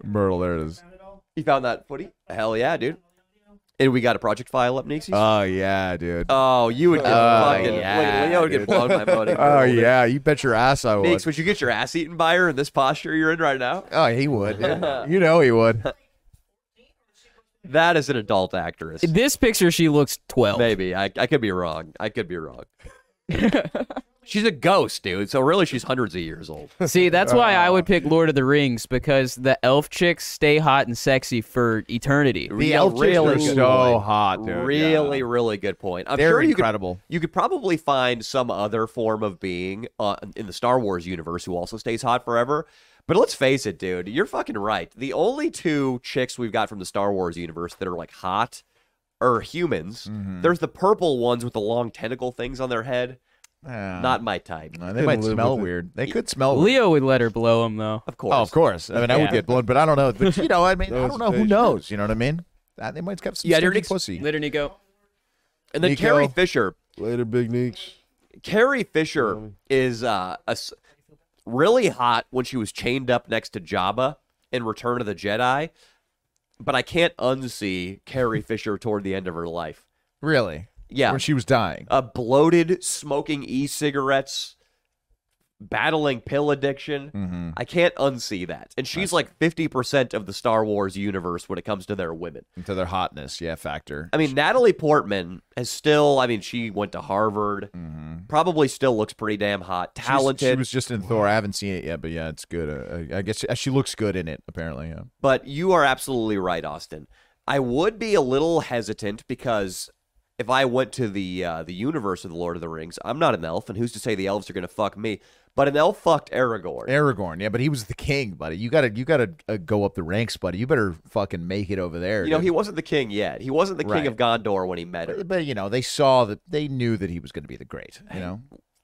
S2: Myrtle, there it is.
S1: You found that footy? Hell yeah, dude. And we got a project file up, Nixie.
S2: Oh yeah, dude.
S1: oh, you would get
S2: Oh,
S1: fucking.
S2: yeah,
S1: Yeah, Leo would get
S2: dude.
S1: blown by Moaning Myrtle.
S2: Oh yeah, you bet your ass I would.
S1: Nix, would you get your ass eaten by her in this posture you're in right now?
S2: Oh, he would. dude. you know he would.
S1: That is an adult actress.
S4: This picture, she looks twelve.
S1: Maybe I, I could be wrong. I could be wrong. she's a ghost, dude. So really, she's hundreds of years old.
S4: See, that's why I would pick Lord of the Rings because the elf chicks stay hot and sexy for eternity.
S1: Yeah, really good point. Really,
S4: Yeah.
S1: really good point. I'm
S4: They're
S1: sure you
S2: incredible.
S1: Could, you could probably find some other form of being uh, in the Star Wars universe who also stays hot forever. But let's face it, dude, you're fucking right. The only two chicks we've got from the Star Wars universe that are like hot are humans.
S2: Mm-hmm.
S1: There's the purple ones with the long tentacle things on their head.
S2: Yeah.
S1: Not my type.
S2: Uh, they might smell weird. They could smell. weird.
S4: Leo would let her blow him though.
S1: Of
S2: Oh, of course. I mean, I would get blown, but I don't know. But you know, I mean, I don't know. Who knows? You know what I mean? Uh, They might have some
S1: Yeah,
S2: yeah,
S1: they're
S2: stinky
S1: ex-
S2: pussy.
S4: Later, Nico.
S1: And then
S2: Nico.
S1: Carrie Fisher.
S5: Later, Big Neeks.
S1: Carrie Fisher is uh, a s really hot when she was chained up next to Jabba in Return of the Jedi, but I can't unsee Carrie Fisher toward the end of her life.
S2: Really?
S1: Yeah.
S2: When she was dying.
S1: Uh, bloated, smoking e-cigarettes, battling pill addiction.
S2: Mhm.
S1: I can't unsee that. And she's like 50% of the Star Wars universe when it comes to their women.
S2: To their hotness, yeah, factor.
S1: I mean, Natalie Portman has still. I mean, she went to Harvard. Probably still looks pretty damn hot,
S2: Mm-hmm. She was-
S1: talented.
S2: She was just in Thor. I haven't seen it yet, but yeah, it's good. Uh, I- I guess she, she looks good in it. Apparently, yeah.
S1: But you are absolutely right, Austin. I would be a little hesitant because if I went to the uh, the universe of the Lord of the Rings, I'm not an elf, and who's to say the elves are going to fuck me? But an elf fucked Aragorn.
S2: Aragorn, yeah, but he was the king, buddy. You gotta, you gotta uh, go up the ranks, buddy. You better fucking make it over there.
S1: you know,
S2: dude.
S1: he wasn't the king yet. He wasn't the king
S2: Right.
S1: of Gondor when he met her.
S2: But you know, they saw that they knew that he was going to be the great. You know,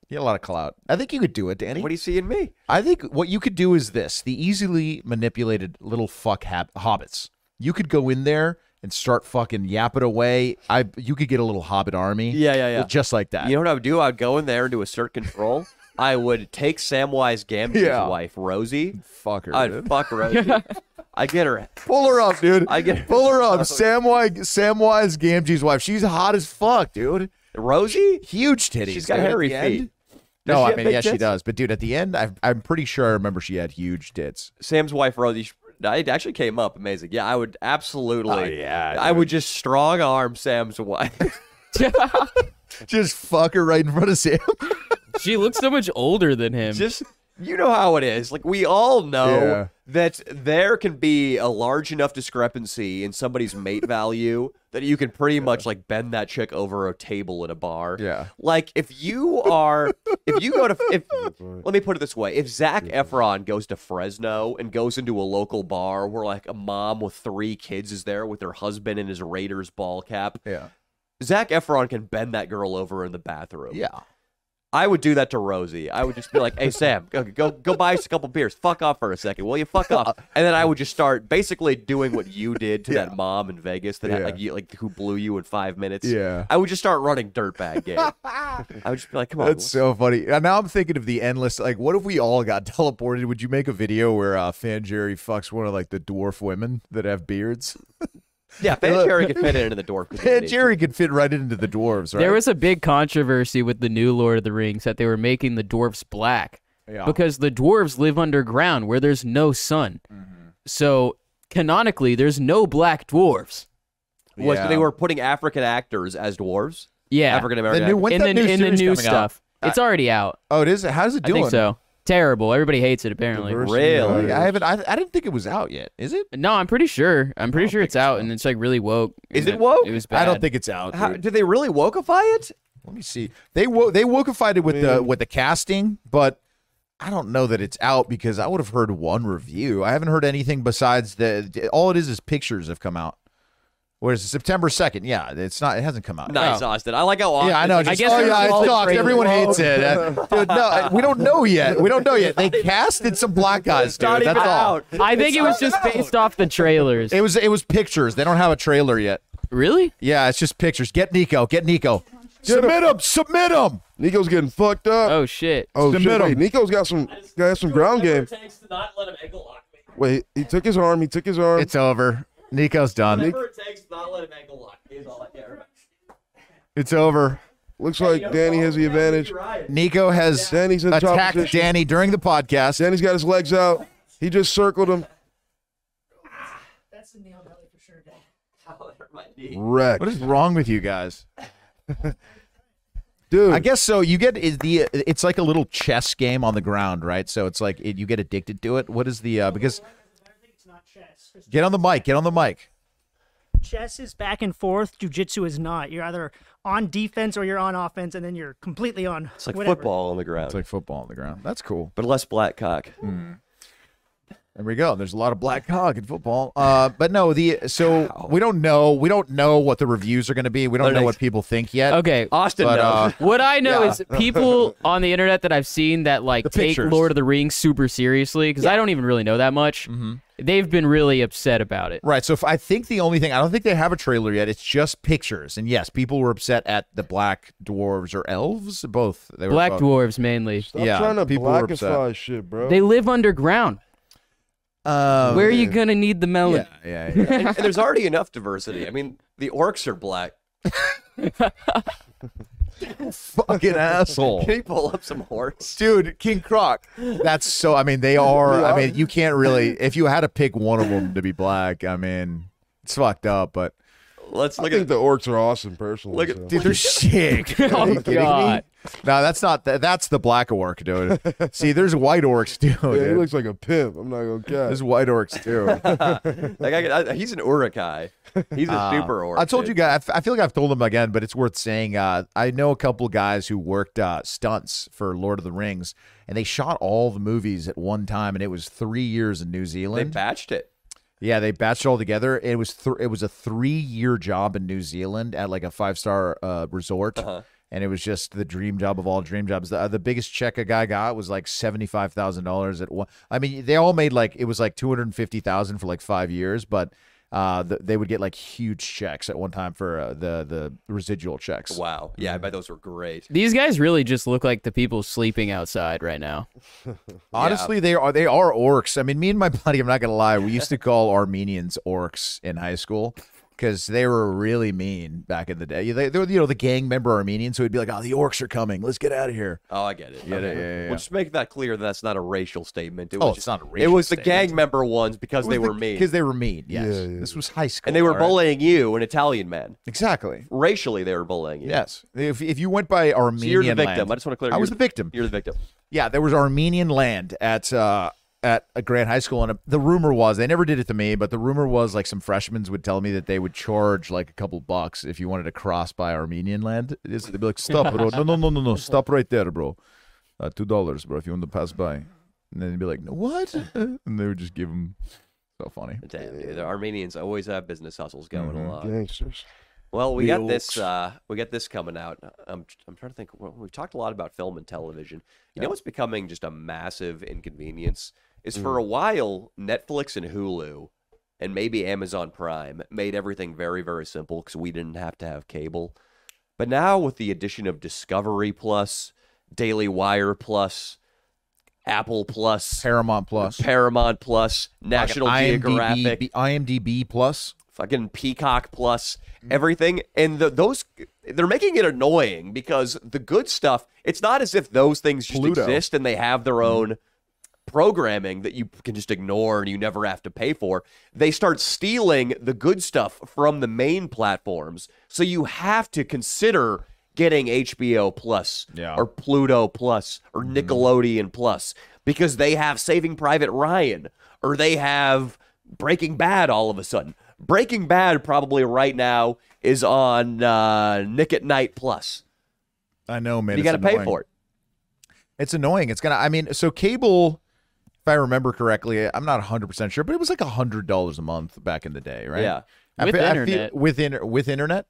S2: he had a lot of clout. I think you could do it, Danny.
S1: What do you see in me?
S2: I think what you could do is this: the easily manipulated little fuck hab- hobbits. You could go in there and start fucking yapping away. I you could get a little hobbit army.
S1: Yeah, yeah, yeah.
S2: Just like that.
S1: You know what I would do? I would go in there and do assert control. I would take Samwise Gamgee's
S2: Yeah.
S1: wife, Rosie.
S2: Fuck her.
S1: I'd
S2: dude.
S1: fuck Rosie. I get her.
S2: Pull her up, dude.
S1: I get
S2: Pull her up. Samwise, Samwise Gamgee's wife. She's hot as fuck, dude.
S1: Rosie?
S2: Huge titties.
S1: She's got
S2: dude. At
S1: hairy
S2: the end-
S1: feet.
S2: No,
S1: she
S2: I
S1: have
S2: mean,
S1: big
S2: yeah, she
S1: tits?
S2: does. But dude, at the end, i I'm pretty sure I remember she had huge tits.
S1: Sam's wife Rosie. sh- It actually came up amazing. Yeah, I would absolutely.
S2: Oh, yeah,
S1: I would just strong arm Sam's wife.
S2: Just fuck her right in front of Sam.
S4: she looks so much older than him.
S1: Just you know how it is. Like we all know
S4: Yeah.
S1: that there can be a large enough discrepancy in somebody's mate value that you can pretty much like bend that chick over a table at a bar. Yeah. Like if you are if you go to if let me put it this way, if Zach Efron goes to Fresno and goes into a local bar where like a mom with three kids is there with her husband and his Raiders ball cap.
S2: Yeah.
S1: Zach Efron can bend that girl over in the bathroom.
S2: Yeah.
S1: I would do that to Rosie. I would just be like, "Hey Sam, go go, go buy us a couple beers. Fuck off for a second, will you? Fuck off." And then I would just start basically doing what you did to that mom in Vegas that had,
S2: Yeah.
S1: like you like who blew you in five minutes.
S2: Yeah.
S1: I would just start running dirtbag game. I would just be like, "Come on,
S2: That's so funny. And Now I'm thinking of the endless. Like, what if we all got teleported? Would you make a video where uh, Jerry fucks one of like the dwarf women that have beards?
S1: yeah, Jerry could fit it into the dwarf community."
S2: Jerry could fit right into the dwarves, right?
S4: There was a big controversy with the new Lord of the Rings that they were making the dwarves black
S2: Yeah.
S4: because the dwarves live underground where there's no sun.
S2: Mm-hmm.
S4: So canonically, there's no black dwarves.
S1: Was they were putting African actors as dwarves?
S4: Yeah,
S1: African American.
S4: in the, in the new stuff. It's already out.
S2: Oh, it is. How's it
S4: I
S2: doing?
S4: think so. Terrible. Everybody hates it apparently.
S2: Really? Oh, I haven't. I, I didn't think it was out yet. Is it?
S4: No, I'm pretty sure. I'm pretty sure it's out, and it's like really woke.
S1: Is
S4: and
S1: it woke?
S4: It was bad.
S2: I don't think it's out.
S1: How,
S2: dude.
S1: did they really wokeify it?
S2: Let me see. They wo- they wokeified it with the with the casting, but I don't know that it's out because I would have heard one review. I haven't heard anything besides the all it is is pictures have come out. Whereas September second, yeah, it's not. It hasn't come out.
S1: Nice, Austin. I like how Austin.
S2: Oh. Yeah, I know. Just, oh, yeah, it sucks. Everyone hates it. Uh, dude, no, I- we don't know yet. We don't know yet. They casted some black guys, dude.
S4: not
S2: That's
S4: even
S2: all.
S4: out. I think it was
S2: It's
S4: just
S2: not out.
S4: based off the trailers.
S2: It was it was pictures. They don't have a trailer yet.
S4: Really?
S2: Yeah, it's just pictures. Get Nico. Get Nico. submit him. Submit him.
S5: Nico's getting fucked up.
S4: Oh shit.
S5: Oh
S2: Submit
S5: shit.
S2: 'em.
S5: Wait, Nico's got some got some ground game.
S3: takes to not let him egg lock me.
S5: Wait, he took his arm. He took his arm.
S2: It's over. Nico's done.
S5: Nick-
S1: it takes to not let him egg lock me is all I care about.
S2: It's over.
S5: Looks like Danny has the advantage.
S2: Nico has
S5: Danny's in top
S2: attacked
S5: position.
S2: Danny during the podcast.
S5: Danny's got his legs out. He just circled him.
S10: That's a nail belly for sure,
S5: Wrecked.
S2: What is wrong with you guys?
S5: Dude.
S2: I guess so. You get is the it's like a little chess game on the ground, right? So it's like it, you get addicted to it. What is the uh, because Get on the mic. Get on the mic.
S16: Chess is back and forth. Jujitsu is not. You're either on defense or you're on offense, and then you're completely on.
S1: It's like
S16: whatever.
S1: football on the ground. It's
S2: like Mm. football on the ground. That's cool.
S1: But less black cock.
S2: There we go. There's a lot of black cock in football. Uh, but no, the so we don't know. We don't know what the reviews are going to be. We don't know what people think yet.
S4: Okay,
S2: Austin.
S4: what I know
S2: yeah.
S4: is people on the internet that I've seen that like take
S2: pictures.
S4: Lord of the Rings super seriously because I don't even really know that much.
S2: Mm-hmm.
S4: They've been really upset about it.
S2: Right. So if I think the only thing I don't think they have a trailer yet. It's just pictures. And yes, people were upset at the black dwarves or elves. Both. They were
S4: Black
S2: both.
S4: dwarves mainly.
S2: Stop Yeah, trying to people were upset. blackify
S5: shit, bro.
S4: They live underground.
S2: Um,
S4: Where are you gonna need the melon?
S2: Yeah,
S1: and, and there's already enough diversity. I mean, the orcs are black.
S2: Fucking asshole.
S1: Can you pull up some orcs?
S2: Dude, King Croc. That's so. I mean, they are. I mean, you can't really. If you had to pick one of them to be black, I mean, it's fucked up. But
S1: Let's
S5: look I think the orcs are awesome, personally. Look at
S2: Dude, they're sick. Are you kidding me? No, that's not. That, that's the black orc, dude. See, there's white orcs too.
S5: Yeah, he
S2: dude.
S5: looks like a pimp. I'm not gonna cat.
S2: There's white orcs too.
S1: like I, could- I, he's an urukai. He's a super orc.
S2: Ah. I told
S1: dude.
S2: you guys. I f- I feel like I've told them again, but it's worth saying. Uh, I know a couple guys who worked uh, stunts for Lord of the Rings, and they shot all the movies at one time, and it was three years in New
S1: they
S2: Zealand.
S1: batched it.
S2: yeah, they batched it all together. It was th- it was a three year job in New Zealand at like a five star uh, resort. And it was just the dream job of all dream jobs. The, uh, the biggest check a guy got was like seventy five thousand dollars at one. I mean, they all made like it was like two hundred and fifty thousand for like five years, but uh, th- they would get like huge checks at one time for uh, the the residual checks.
S1: Wow. Yeah, I bet those were great.
S4: These guys really just look like the people sleeping outside right now.
S2: Honestly, they are they are orcs. I mean, me and my buddy, I'm not gonna lie, we used to call Armenians orcs in high school. because they were really mean back in the day. They, they were, you know, the gang member Armenian, so he'd be like, "Oh, the orcs are coming. Let's get out of here."
S1: Oh, I get it.
S2: Yeah, yeah, yeah, yeah.
S1: Well, just make that clear that that's not a racial statement. It
S2: Oh,
S1: was just-
S2: it's not a
S1: It
S2: racial
S1: was the
S2: statement.
S1: gang member ones because they were mean.
S2: because they were mean. Yes, this was high school,
S1: and they were
S2: all right?
S1: bullying you, an Italian man.
S2: Exactly.
S1: Racially, they were bullying you.
S2: Yes, if if you went by Armenian,
S1: So you're the victim.
S2: land-
S1: I just want to clear.
S2: I
S1: you're
S2: was the victim.
S1: You're the victim.
S2: Yeah, there was Armenian land at uh, at a Grant High School, and the rumor was they never did it to me, but the rumor was like some freshmen would tell me that they would charge like a couple bucks if you wanted to cross by Armenian land. It's- They'd be like, "Stop, bro! No, no, no, no, no! Stop right there, bro! Uh, Two dollars, bro, if you want to pass by." And then they'd be like, "No, "What?" And they would just give them. So funny.
S1: Damn, dude. The Armenians always have business hustles going
S2: Mhm.
S1: along.
S5: Gangsters.
S1: Well, we
S5: The
S1: got this.
S5: Oaks.
S1: Uh, we got this coming out. I'm, I'm trying to think. Well, we've talked a lot about film and television. You know what's becoming just a massive inconvenience is for a while Netflix and Hulu, and maybe Amazon Prime made everything very very simple because we didn't have to have cable. But now with the addition of Discovery Plus, Daily Wire Plus, Apple Plus,
S2: Paramount Plus,
S1: Paramount Plus, National
S2: IMDb
S1: Geographic,
S2: IMDb Plus,
S1: fucking Peacock Plus, everything. And the, those, they're making it annoying because the good stuff, it's not as if those things just
S2: Pluto.
S1: exist and they have their own programming that you can just ignore and you never have to pay for. They start stealing the good stuff from the main platforms. So you have to consider getting HBO Plus or Pluto Plus or
S2: Mm-hmm.
S1: Nickelodeon Plus because they have Saving Private Ryan or they have Breaking Bad all of a sudden. Breaking Bad probably right now is on uh, Nick at Night Plus.
S2: I know, man.
S1: You
S2: it's
S1: gotta pay
S2: annoying.
S1: for it.
S2: It's annoying. It's gonna. I mean, so cable, if I remember correctly, I'm not 100 percent sure, but it was like hundred dollars a month back in the day, right?
S4: Yeah.
S2: I
S4: With
S2: fe- I feel-
S4: internet.
S2: with inter- with internet.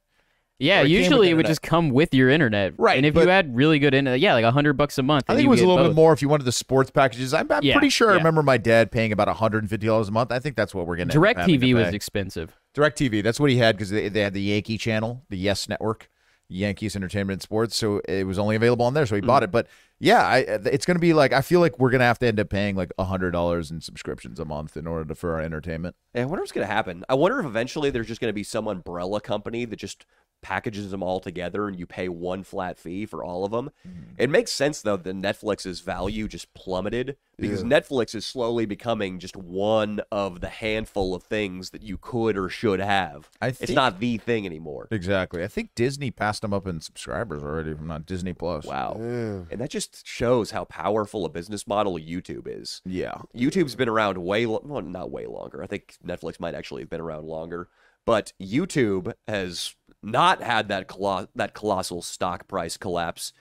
S2: Or it
S4: Yeah,
S2: came with
S4: usually it would
S2: internet.
S4: just come with your internet. Right. And if you had really good internet, yeah, like a hundred bucks a month.
S2: I
S4: and
S2: think it
S4: you
S2: was a
S4: get
S2: little
S4: both.
S2: bit more if you wanted the sports packages. I'm, I'm
S4: Yeah,
S2: pretty sure I
S4: yeah.
S2: remember my dad paying about 150 dollars a month. I think that's what we're gonna. end up
S4: Direct
S2: having to
S4: TV was
S2: pay.
S4: expensive.
S2: Direct TV. That's what he had because they, they had the Yankee channel, the Yes Network, Yankees Entertainment and Sports. So it was only available on there. So he
S4: Mm-hmm.
S2: bought it. But yeah, I, uh, it's going to be like, I feel like we're going to have to end up paying like $100 in subscriptions a month in order to, for our entertainment.
S1: Yeah, I wonder what's going to happen. I wonder if eventually there's just going to be some umbrella company that just packages them all together and you pay one flat fee for all of them.
S2: Mm-hmm.
S1: It makes sense, though, that Netflix's value just plummeted because Netflix is slowly becoming just one of the handful of things that you could or should have.
S2: I
S1: it's
S2: think-
S1: not the thing anymore.
S2: Exactly. I think Disney passed them up in subscribers already, if I'm not Disney Plus.
S1: Wow. And that just shows how powerful a business model YouTube is.
S2: Yeah.
S1: YouTube's been around way lo- well, not way longer. I think Netflix might actually have been around longer, but YouTube has not had that colo- that colossal stock price collapse.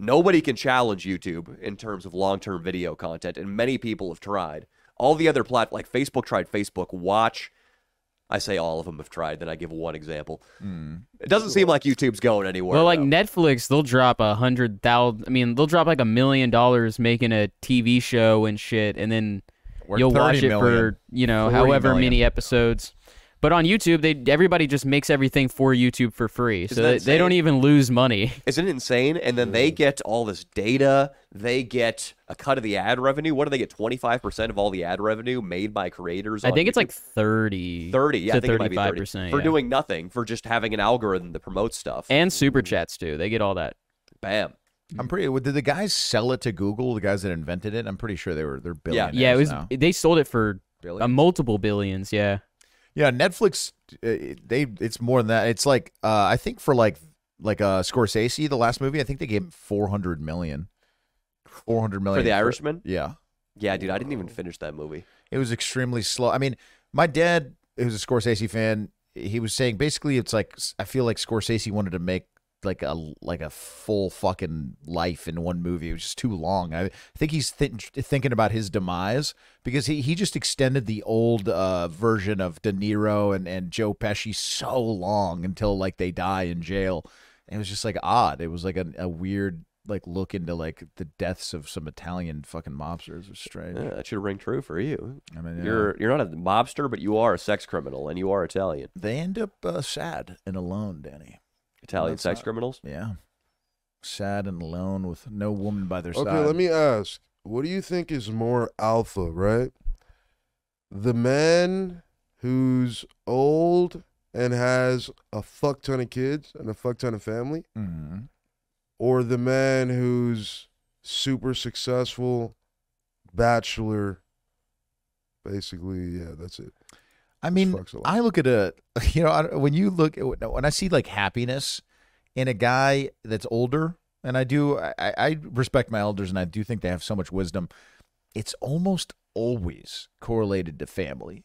S1: Nobody can challenge YouTube in terms of long-term video content, and many people have tried. All the other plat like Facebook tried Facebook Watch. I say all of them have tried. Then I give one example. It doesn't seem like YouTube's going anywhere.
S4: Well, like Netflix, they'll drop a hundred thousand. I mean, they'll drop like a million dollars making a TV show and shit, and then
S2: Or
S4: you'll watch
S2: 30
S4: it
S2: million,
S4: for you know
S2: 40
S4: however
S2: million.
S4: many episodes. But on YouTube, they everybody just makes everything for YouTube for free, so
S1: Isn't that
S4: they, they don't
S1: insane?
S4: even lose money.
S1: Isn't it insane? And then
S4: Mm-hmm.
S1: they get all this data. They get a cut of the ad revenue. What do they get? Twenty five percent of all the ad revenue made by creators.
S4: I
S1: on
S4: think it's
S1: YouTube?
S4: like thirty,
S1: thirty. Yeah, I
S4: to
S1: think it might be
S4: thirty-five
S1: thirty
S4: percent
S1: for doing nothing for just having an algorithm that promotes stuff.
S4: and super chats too. They get all that.
S1: Bam.
S2: I'm pretty. Did the guys sell it to Google? The guys that invented it? I'm pretty sure they were. They're billionaires.
S4: yeah. It was
S2: now.
S4: they sold it for a
S2: Billions?
S4: multiple billions. Yeah,
S2: Yeah, Netflix. uh, They it's more than that. It's like uh, I think for like like uh, Scorsese, the last movie, I think they gave him four hundred million. Four hundred million
S1: The Irishman?
S2: Yeah,
S1: Yeah, dude, I didn't
S4: Oh.
S1: even finish that movie.
S2: it was extremely slow. I mean, my dad, who's a Scorsese fan, he was saying basically it's like I feel like Scorsese wanted to make like a like a full fucking life in one movie. It was just too long. I think he's th- thinking about his demise because he, he just extended the old uh, version of De Niro and and Joe Pesci so long until like they die in jail. And it was just like odd. It was like a, a weird like look into like the deaths of some Italian fucking mobsters. It was strange.
S1: Yeah, that should ring true for you.
S2: I mean, yeah.
S1: You're you're not a mobster, but you are a sex criminal, and you are Italian.
S2: They end up uh, sad and alone, Danny.
S1: Italian
S2: That's
S1: sex
S2: not-
S1: criminals.
S2: Yeah. Sad and alone with no woman by their side.
S5: Okay, let me ask. What do you think is more alpha, right? The man who's old and has a fuck ton of kids and a fuck ton of family,
S2: Mm-hmm.
S5: or the man who's super successful, bachelor. Basically, yeah, that's it.
S2: I mean, I look at a you know I don't- when you look at- when I see like happiness in a guy that's older, and I do I, I- I respect my elders and I do think they have so much wisdom. It's almost always correlated to family.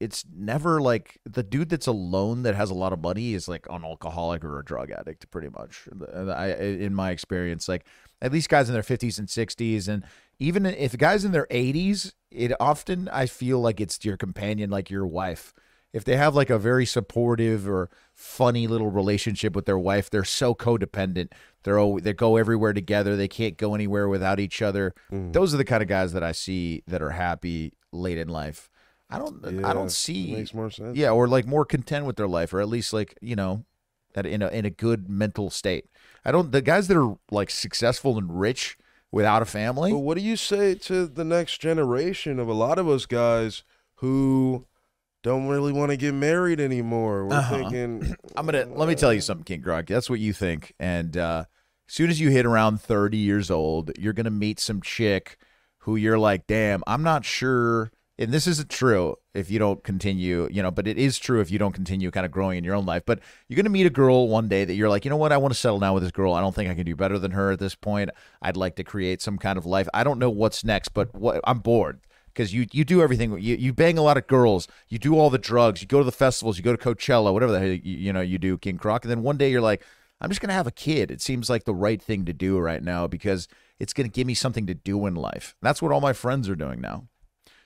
S2: It's never like the dude that's alone that has a lot of money is like an alcoholic or a drug addict, pretty much. And I, in my experience, like at least guys in their fifties and sixties, and even if guys in their eighties, it often I feel like it's your companion, like your wife if they have like a very supportive or funny little relationship with their wife, they're so codependent. They're al- they go everywhere together. They can't go anywhere without each other. Those are the kind of guys that I see that are happy late in life. I don't I
S5: Yeah,
S2: don't see
S5: makes more sense.
S2: Yeah, or like more content with their life, or at least like you know, that in a in a good mental state. I don't the guys that are like successful and rich without a family.
S5: But what do you say to the next generation of a lot of us guys who don't really want to get married anymore? We're
S2: Uh-huh.
S5: thinking,
S2: I'm gonna let me tell you something, King Grog. That's what you think. And uh as soon as you hit around 30 years old, you're gonna meet some chick who you're like, damn, I'm not sure. And this isn't true if you don't continue, you know, but it is true if you don't continue kind of growing in your own life. But you're going to meet a girl one day that you're like, you know what? I want to settle down with this girl. I don't think I can do better than her at this point. I'd like to create some kind of life. I don't know what's next, but what, I'm bored because you you do everything. You you bang a lot of girls. You do all the drugs. You go to the festivals. You go to Coachella. Whatever the hell you, you know you do, King Croc. And then one day you're like, I'm just gonna have a kid. It seems like the right thing to do right now because it's gonna give me something to do in life. That's what all my friends are doing now.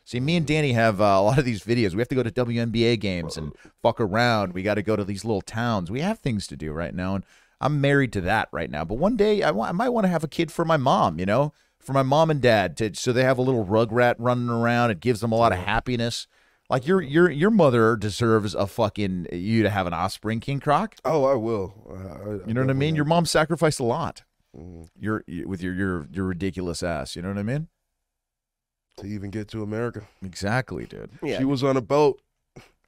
S2: See, me and Danny have uh, a lot of these videos. We have to go to WNBA games and fuck around. We got to go to these little towns. We have things to do right now, and I'm married to that right now. But one day, I wa- I might want to have a kid for my mom. You know, for my mom and dad, to so they have a little rugrat running around. It gives them a lot of happiness. Like your your your mother deserves a fucking you to have an offspring, King Croc.
S5: Oh, I will.
S2: you know what I mean? Your mom sacrificed a lot. Your with your your your ridiculous ass. You know what I mean?
S5: To even get to America.
S2: Exactly, dude.
S5: She was on a boat.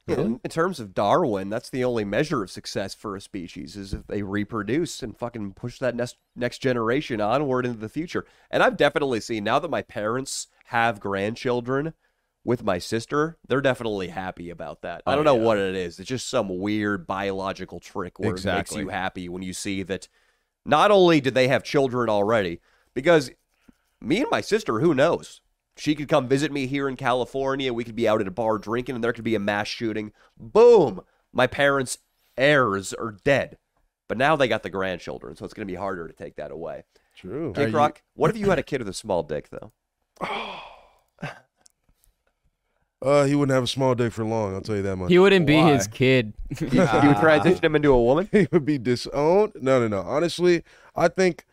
S1: In, in terms of Darwin, that's the only measure of success for a species is if they reproduce and fucking push that next next generation onward into the future. And I've definitely seen now that my parents have grandchildren with my sister, they're definitely happy about that. I
S11: Oh,
S1: don't know what it is. It's just some weird biological trick where it
S11: Exactly.
S1: makes you happy when you see that not only did they have children already, because me and my sister, who knows? She could come visit me here in California. We could be out at a bar drinking, and there could be a mass shooting. Boom! My parents' heirs are dead. But now they got the grandchildren, so it's going to be harder to take that away.
S5: True.
S1: Kick
S5: Are you-
S1: Rock, what if you had a kid with a small dick, though?
S5: Uh, he wouldn't have a small dick for long. I'll tell you that much.
S4: He wouldn't be his kid.
S1: You would transition him into a woman.
S5: He would be disowned. No, no, no. Honestly, I think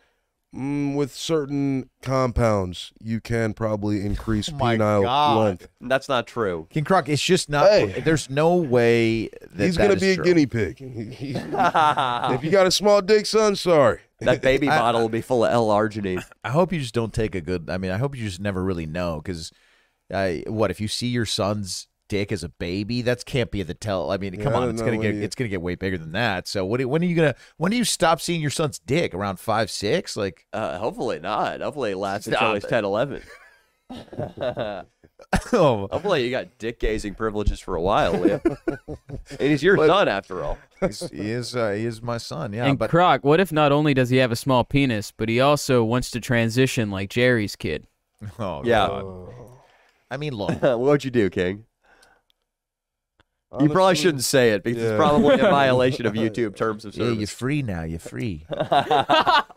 S5: mm, with certain compounds, you can probably
S2: Oh
S5: increase penile length.
S1: That's not true.
S2: King Croc, it's just not. There's no way that
S5: He's gonna
S2: that is
S5: be a
S2: true.
S5: guinea pig. He- he- if you got a small dick, son, sorry.
S1: That baby
S2: I-
S1: bottle will be full of L-arginine.
S2: I hope you just don't take a good. I mean, I hope you just never really know because, I what if you see your son's dick as a baby? That can't be the tell. I mean,
S5: Yeah,
S2: come
S5: I
S2: on,
S5: don't
S2: it's
S5: know
S2: gonna
S5: when
S2: get
S5: you-
S2: it's gonna get way bigger than that. So what? do- When are you gonna? When do you stop seeing your son's dick around five six? Like
S1: Uh, hopefully not. Hopefully it lasts
S2: Stop
S1: until he's
S2: it.
S1: 10, 11.
S2: oh,
S1: Hopefully you got dick gazing privileges for a while, Liam. and he's your son after all.
S2: he's- he is uh, he is my son. Yeah,
S4: and
S2: but
S4: Croc, what if not only does he have a small penis, but he also wants to transition like Jerry's kid?
S2: oh
S1: Yeah.
S2: God. I mean, look,
S1: what would you do, King? you probably
S2: Honestly,
S1: shouldn't say it because
S2: yeah.
S1: it's probably a violation of YouTube terms of
S2: yeah,
S1: service.
S2: you're free now. You're free.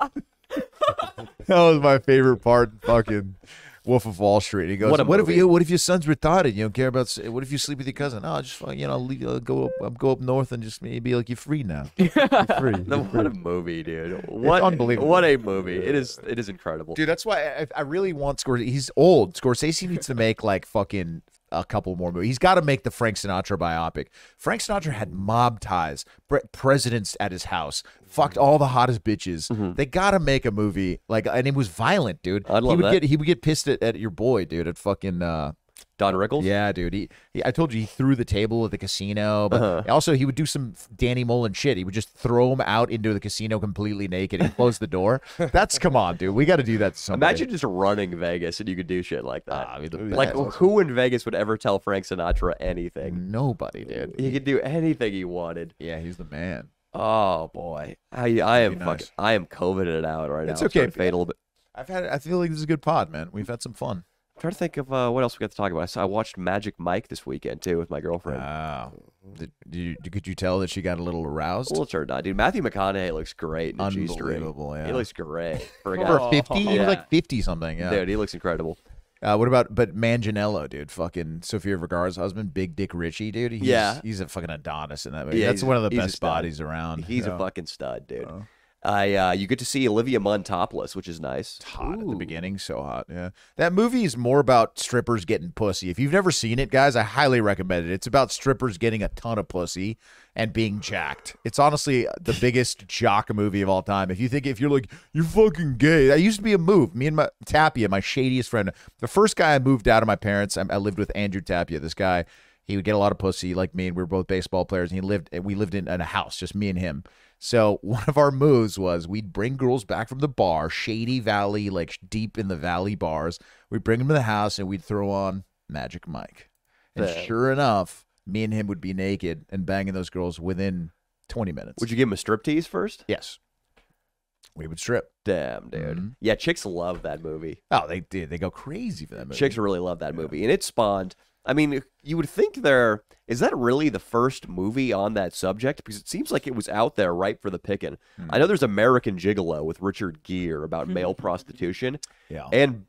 S2: that was my favorite part. Fucking Wolf of Wall Street. He goes,
S11: What
S2: "What,
S11: a
S2: if
S11: movie."
S2: you? What if your son's retarded? You don't care about. s- What if you sleep with your cousin? Oh, just fuck, you know, leave, uh, go up, um, go up north and just maybe like you're free now. You're free.
S1: The-
S2: You're
S1: what a
S2: free."
S1: movie, dude! What
S2: unbelievable.
S1: What a movie! It is. It is incredible.
S2: dude. That's why I, I really want Scorsese. He's old. Scorsese needs to make like fucking a couple more movies. He's got to make the Frank Sinatra biopic. Frank Sinatra had mob ties, pre- presidents at his house, fucked all the hottest bitches. They got to make a movie like, and it was violent, dude.
S1: Mm-hmm. I'd
S2: he
S1: love
S2: would
S1: that.
S2: get he would get pissed at, at your boy, dude, at fucking uh,
S1: Don Rickles?
S2: Yeah, dude. He, he I told you he threw the table at the casino, but
S1: Uh-huh.
S2: also he would do some Danny Mullen shit. He would just throw him out into the casino completely naked and close the door. That's come on, dude. We got to do that. To somebody.
S1: Imagine just running Vegas and you could do shit like that. like who in Vegas would ever tell Frank Sinatra anything?
S2: Nobody, dude.
S1: He could do anything he wanted.
S2: Yeah, he's the man.
S1: Oh boy, I I am
S2: nice.
S1: fucking I am coveted out right
S2: It's
S1: now.
S2: okay.
S1: I'm starting to fade a little bit.
S2: I've had. I feel like this is a good pod, man. We've had some fun.
S1: I'm trying to think of uh, what else we got to talk about. I, saw, I watched Magic Mike this weekend too with my girlfriend.
S2: Wow. Did, did you, could you tell that she got a little aroused?
S1: A little turned on, dude. Matthew McConaughey looks great. In a G-string.
S2: Unbelievable, yeah.
S1: He looks great for a guy.
S2: Over fifty. He
S1: Yeah.
S2: was like fifty something. Yeah.
S1: Dude, he looks incredible.
S2: Uh, what about but Manganiello, dude? Fucking Sofia Vergara's husband, Big Dick Ritchie, dude. He's,
S1: Yeah.
S2: he's a fucking Adonis in that movie.
S1: Yeah,
S2: That's
S1: he's-
S2: one of the
S1: he's a
S2: best
S1: stud.
S2: bodies around.
S1: He's
S2: Yeah. Uh-huh.
S1: a fucking stud, dude. I uh, you get to see Olivia Munn topless, which is nice.
S2: hot at the beginning, so hot. Yeah, that movie is more about strippers getting pussy. If you've never seen it, guys, I highly recommend it. It's about strippers getting a ton of pussy and being jacked. It's honestly the biggest jock movie of all time. If you think if you're like you're fucking gay, that used to be a move. Me and my Tapia, my shadiest friend, the first guy I moved out of my parents, I, I lived with Andrew Tapia. This guy. He would get a lot of pussy like me, and we were both baseball players. And he lived, we lived in, in a house, just me and him. So one of our moves was we'd bring girls back from the bar, Shady Valley, like deep in the valley bars. We'd bring them to the house, and we'd throw on Magic Mike. And
S1: Yeah.
S2: sure enough, me and him would be naked and banging those girls within 20 minutes.
S1: Would you give him a strip tease first?
S2: Yes. We would strip.
S1: Damn, dude.
S2: Mm-hmm.
S1: Yeah, chicks love that movie.
S2: Oh, they did. They go crazy for that movie.
S1: Chicks really love that movie, and it spawned. I mean, you would think there is that really the first movie on that subject because it seems like it was out there right for the picking. I
S2: Hmm.
S1: know there's American Gigolo with Richard Gere about male prostitution.
S2: Yeah.
S1: and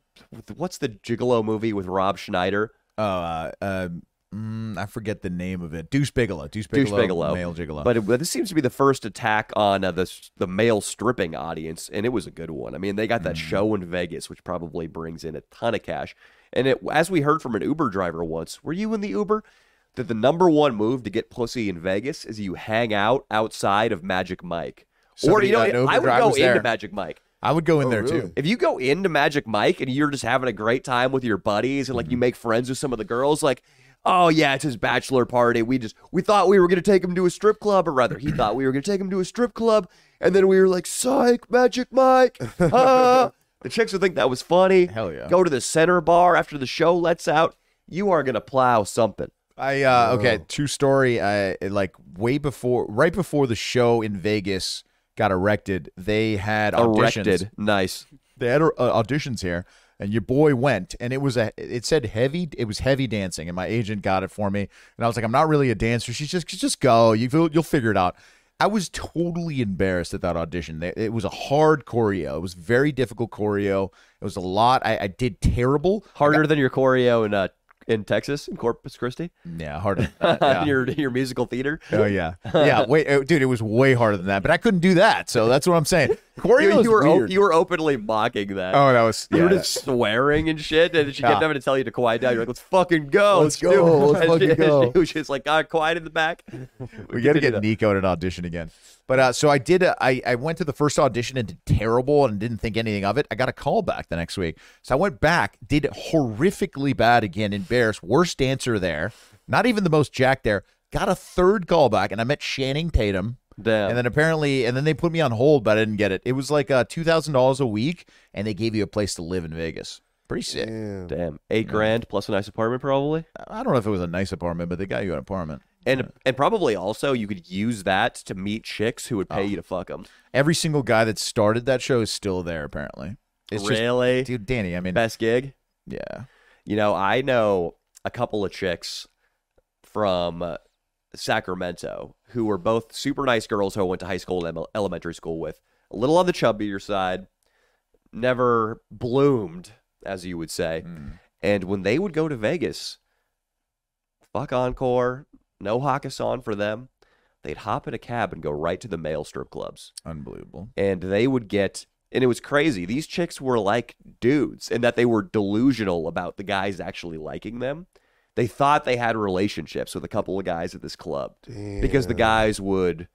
S1: what's the Gigolo movie with Rob Schneider?
S2: Oh, uh, uh, mm, I forget the name of it. Deuce Bigelow. Deuce Bigelow.
S1: Douche Bigelow,
S2: Male Gigolo.
S1: But, it, but this seems to be the first attack on uh, the s- the male stripping audience, and it was a good one. I mean, they
S2: Mm.
S1: got that show in Vegas, which probably brings in a ton of cash. And it, as we heard from an Uber driver once, were you in the Uber? That the number one move to get pussy in Vegas is you hang out outside of Magic Mike,
S2: Somebody
S1: or
S2: got
S1: you
S2: uh, an
S1: know,
S2: Uber
S1: I would
S2: driver
S1: go
S2: was
S1: into
S2: there.
S1: Magic Mike.
S2: I would go in there too.
S1: If you go into Magic Mike and you're just having a great time with your buddies and like
S2: Mm-hmm.
S1: you make friends with some of the girls, like, oh yeah, it's his bachelor party. We just we thought we were gonna take him to a strip club, or rather, he thought we were gonna take him to a strip club, and then we were like, psych, Magic Mike. ah." the chicks would think that was funny. Hell
S2: yeah.
S1: Go to the center bar after the show lets out. You are gonna plow something.
S2: I uh, okay,
S1: Oh.
S2: true story. I like way before, right before the show in Vegas got erected, they had auditions.
S1: Erected. Nice.
S2: They had uh, auditions here, and your boy went, and it was a. It said heavy. It was heavy dancing, and my agent got it for me, and I was like, I'm not really a dancer. She's just, just go. You feel, you'll figure it out. I was totally embarrassed at that audition. They- It was a hard choreo. It was very difficult choreo. It was a lot. I, I did terrible.
S1: Harder than your choreo in uh, in Texas in Corpus Christi.
S2: Yeah, harder. than that, yeah.
S1: your your musical theater.
S2: Oh yeah, yeah. Wait, oh, dude, it was way harder than that, but I couldn't do that. So that's what I'm saying. Corey,
S1: you, you were o-
S2: weird.
S1: you were openly mocking that.
S2: Oh, that was-
S1: you were
S2: yeah.
S1: just swearing and shit, and she kept
S2: Yeah.
S1: having to tell you to quiet down. You're like, let's fucking go,
S2: Let's go,
S1: do it."
S2: let's fucking
S1: And she-
S2: go.
S1: She was just like, got quiet in the back.
S2: we got to get Nico in an audition again. But uh, so I did. A, I I went to the first audition and did terrible and didn't think anything of it. I got a call back the next week, so I went back, did horrifically bad again, embarrassed, worst dancer there, not even the most jack there. Got a third call back, and I met Channing Tatum.
S1: Damn.
S2: And then apparently, and then they put me on hold, but I didn't get it. It was like uh, two thousand dollars a week, and they gave you a place to live in Vegas. Pretty sick.
S1: Damn, eight grand plus a nice apartment, probably.
S2: I don't know if it was a nice apartment, but they got you an apartment.
S1: And and probably also you could use that to meet chicks who would
S2: Oh.
S1: pay you to fuck them.
S2: Every single guy that started that show is still there, apparently. It's just-
S1: really,
S2: dude, Danny. I mean,
S1: best gig.
S2: yeah.
S1: You know, I know a couple of chicks from uh, Sacramento who were both super nice girls who I went to high school and em- elementary school with. A little on the chubbier side, never bloomed, as you would say. And when they would go to Vegas, fuck Encore, no Hakkasan for them. They'd hop in a cab and go right to the male strip clubs
S2: Unbelievable.
S1: and they would get and it was crazy these chicks were like dudes and that they were delusional about the guys actually liking them they thought they had relationships with a couple of guys at this club because the guys would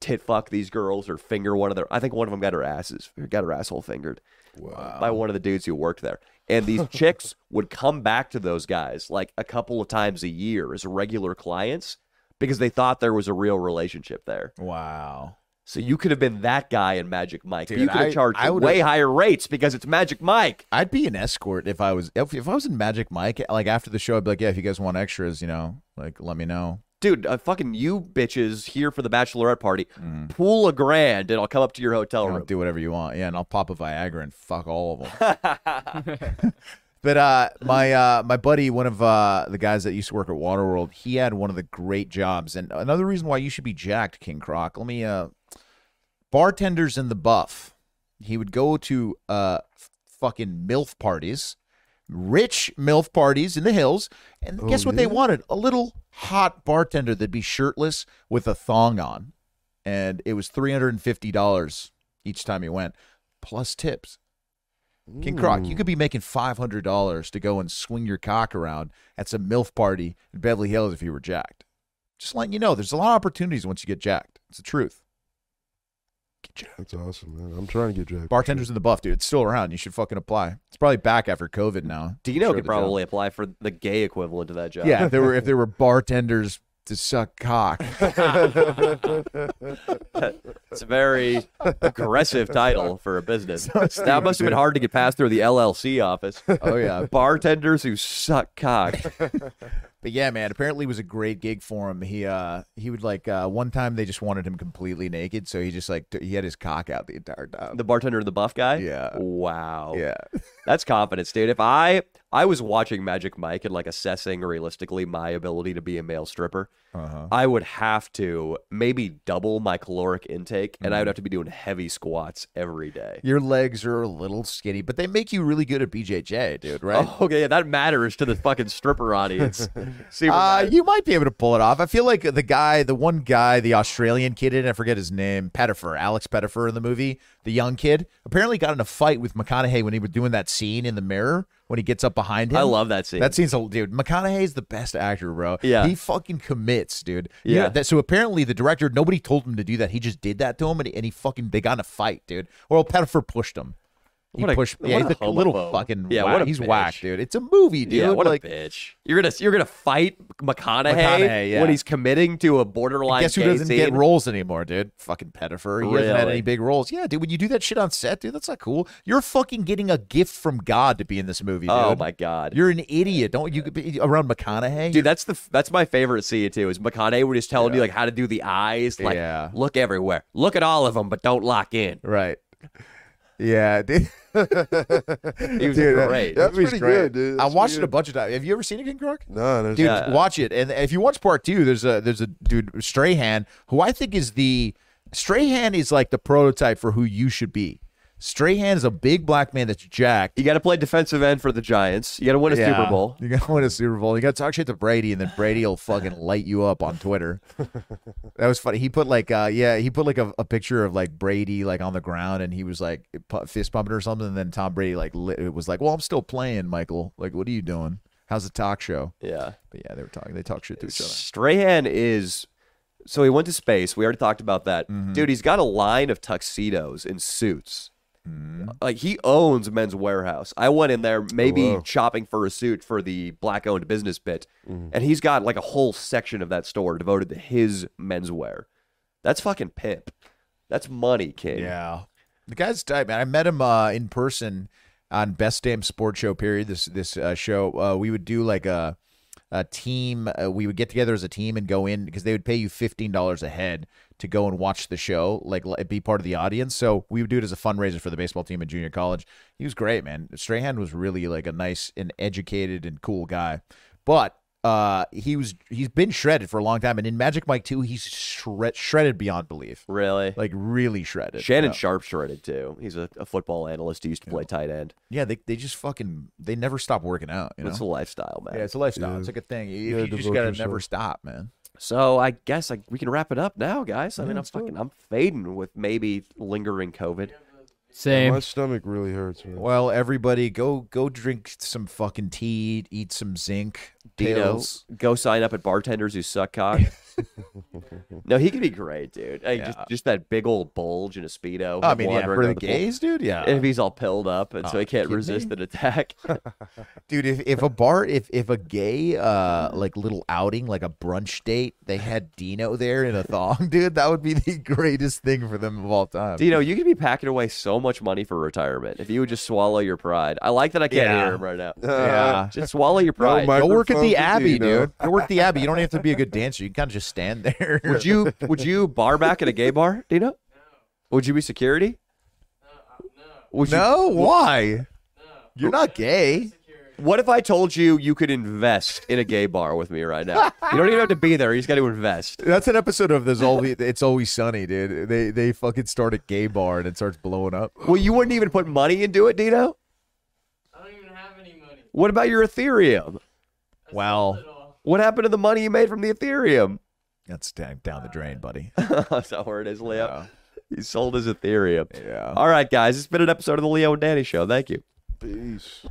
S1: tit fuck these girls or finger one of their i think one of them got her asses got her asshole fingered
S5: Wow.
S1: by one of the dudes who worked there And these chicks would come back to those guys like a couple of times a year as regular clients because they thought there was a real relationship there.
S2: Wow.
S1: So you could have been that guy in Magic Mike. but
S2: Dude,
S1: you could have
S2: I-
S1: charged
S2: I would've-
S1: way higher rates because it's Magic Mike.
S2: I'd be an escort if I was if, if I was in Magic Mike. Like after the show, I'd be like, yeah, if you guys want extras, you know, like let me know.
S1: Dude, uh, fucking you bitches here for the bachelorette party. Pool a grand and I'll come up to your hotel
S2: You know,
S1: room.
S2: do whatever you want. Mm-hmm. Yeah, and I'll pop a Viagra and fuck all of them. But uh, my uh, my buddy, one of uh, the guys that used to work at Waterworld, he had one of the great jobs. And another reason why you should be jacked, King Croc. Let me uh, bartenders in the buff. He would go to uh, f- fucking milf parties, rich milf parties in the hills, and guess what they
S17: yeah?
S2: wanted? A little hot bartender that'd be shirtless with a thong on, and it was three hundred and fifty dollars each time he went, plus tips. King Croc,
S5: mm,
S2: you could be making five hundred dollars to go and swing your cock around at some MILF party in Beverly Hills if you were jacked. Just letting you know, there's a lot of opportunities once you get jacked. It's the truth.
S5: That's awesome, man. I'm trying to get jacked.
S2: Bartenders in the buff, dude. It's still around. You should fucking apply. It's probably back after COVID now.
S1: Dino
S2: Sure,
S1: could
S2: the job.
S1: probably apply for the gay equivalent to that job.
S2: Yeah, if there were if there were bartenders to suck cock.
S1: it's a very aggressive title for a business.
S2: stupid,
S1: that must have
S2: dude.
S1: been hard to get past through the LLC office.
S2: Oh, yeah.
S1: bartenders who suck cock.
S2: But yeah, man, apparently it was a great gig for him. He uh he would like uh one time they just wanted him completely naked, so he just like t- he had his cock out the entire time.
S1: The bartender and the buff guy.
S2: Yeah.
S1: Wow.
S2: Yeah.
S1: That's confidence, dude. If I I was watching Magic Mike and like assessing realistically my ability to be a male stripper,
S2: Uh-huh.
S1: I would have to maybe double my caloric intake, and
S2: Mm.
S1: I would have to be doing heavy squats every day.
S2: Your legs are a little skinny, but they make you really good at BJJ, dude, right?
S1: Oh, okay, yeah, that matters to the fucking stripper audience. Super
S2: Uh, you might be able to pull it off. I feel like the guy, the one guy, the Australian kid in, it, I forget his name, Pettifer, Alex Pettifer in the movie, the young kid, apparently got in a fight with McConaughey when he was doing that scene in the mirror when he gets up behind him.
S1: I love that scene.
S2: That scene's a dude. McConaughey's the best actor, bro.
S1: Yeah.
S2: He fucking commits, dude. You know,
S1: Yeah.
S2: that, so apparently the director, nobody told him to do that. He just did that to him and he, and he fucking, they got in a fight, dude. Or Pettifer pushed him. He
S1: What a-
S2: pushed. yeah,
S1: what
S2: he's
S1: a
S2: a little
S1: homophobe.
S2: fucking.
S1: Yeah,
S2: whack.
S1: what a
S2: he's
S1: bitch.
S2: whack, dude. It's a movie, dude.
S1: Yeah, what
S2: Like-
S1: a bitch. You're gonna you're gonna fight McConaughey,
S2: McConaughey, yeah.
S1: when he's committing to a borderline.
S2: Guess who
S1: gay
S2: doesn't get
S1: scene?
S2: roles anymore, dude? Fucking Pettifer. He hasn't had
S1: Really?
S2: any big roles. Yeah, dude. When you do that shit on set, dude, that's not cool. You're fucking getting a gift from God to be in this movie, dude.
S1: Oh my god,
S2: You're an idiot. Don't you be around McConaughey?
S1: dude, that's the f- that's my favorite scene too. Is McConaughey was just telling you like how to do the eyes, like
S2: Yeah.
S1: look everywhere, look at all of them, but don't lock in.
S2: Right. Yeah, dude.
S1: He was great.
S5: That's pretty good, dude.
S2: I
S5: That's
S2: watched
S5: pretty
S2: it a bunch of times. Have you ever seen it, King Crook?
S5: No, there's
S2: dude,
S5: not.
S2: watch it. And if you watch part two, there's a there's a dude Strahan who I think is the Strahan is like the prototype for who you should be. Strahan is a big black man that's jacked.
S1: You got to play defensive end for the Giants. You got to win a
S2: Yeah.
S1: Super Bowl.
S2: You gotta win a Super Bowl. You gotta talk shit to Brady, and then Brady will fucking light you up on Twitter. That was funny. He put like, uh, yeah, he put like a, a picture of like Brady like on the ground, and he was like pu- fist pumping or something. And then Tom Brady like lit, it was like, "Well, I'm still playing, Michael. Like, what are you doing? How's the talk show?"
S1: Yeah.
S2: But yeah, they were talking. They talk shit to each other.
S1: Strahan is so he went to space. We already talked about that.
S2: Mm-hmm.
S1: Dude, he's got a line of tuxedos and suits.
S2: Mm-hmm.
S1: Like he owns Men's Warehouse. I went in there maybe
S2: Oh,
S5: wow.
S1: shopping for a suit for the black-owned business bit,
S2: Mm-hmm.
S1: and he's got like a whole section of that store devoted to his menswear. That's fucking pimp. That's money, kid.
S2: Yeah. The guy's tight, man. I met him uh, in person on Best Damn Sports Show. Period. This this uh, show, uh, we would do like a a team. Uh, we would get together as a team and go in because they would pay you fifteen dollars a head to go and watch the show, like l- be part of the audience. So we would do it as a fundraiser for the baseball team at junior college. He was great, man. Strahan was really like a nice and educated and cool guy, but. Uh, he was he's been shredded for a long time, and in Magic Mike 2, he's shred, shredded beyond belief,
S1: Really?
S2: like really shredded.
S1: Shannon
S2: Yeah.
S1: Sharp shredded too. He's a, a football analyst who used to play tight end.
S2: Yeah, they, they just fucking they never stop working out. You know?
S1: It's a lifestyle, man.
S2: yeah, it's a lifestyle. It's like a thing. You, you just gotta never stop, man.
S1: So I guess I, we can wrap it up now, guys. I
S2: Yeah,
S1: mean, I'm
S2: let's do it.
S1: fucking, I'm fading with maybe lingering COVID.
S5: My stomach really hurts, man.
S2: Well, everybody, go go drink some fucking tea, eat some zinc
S1: Dino,
S2: pills.
S1: go sign up at bartenders who suck cock. No, he could be great, dude. Like, just, just that big old bulge in a speedo.
S2: I mean, yeah,
S1: wandering
S2: for the
S1: around pool.
S2: gays, dude, yeah.
S1: And if he's all pilled up, and so
S2: Oh,
S1: he can't
S2: kidding
S1: resist
S2: me?
S1: an attack.
S2: dude if, if a bar if if a gay uh like little outing like a brunch date they had dino there in a thong dude that would be the greatest thing for them of all time
S1: Dino, you could be packing away so much money for retirement if you would just swallow your pride. I like that I can't
S2: Yeah.
S1: hear him right now.
S2: Yeah.
S1: just swallow your pride.
S2: go work at the abbey dude go work at the abbey you don't have to be a good dancer you can kind of just stand there
S1: Would you would you bar back at a gay bar, Dino? Would you be security? Would you- Oh.
S2: no why you're not gay
S1: What if I told you you could invest in a gay bar with me right now? You don't even have to be there. You just got to invest.
S2: that's an episode of this always it's always sunny dude they they fucking start a gay bar and it starts blowing up
S1: well you wouldn't even put money into it dino What about your Ethereum?
S2: Well,
S1: what happened to the money you made from the Ethereum?
S2: that's down down the drain buddy
S1: That's not where it is, Leo. He sold his Ethereum.
S2: Yeah.
S1: All right, guys. It's been an episode of the Leo and Danny Show. Thank you.
S5: Peace.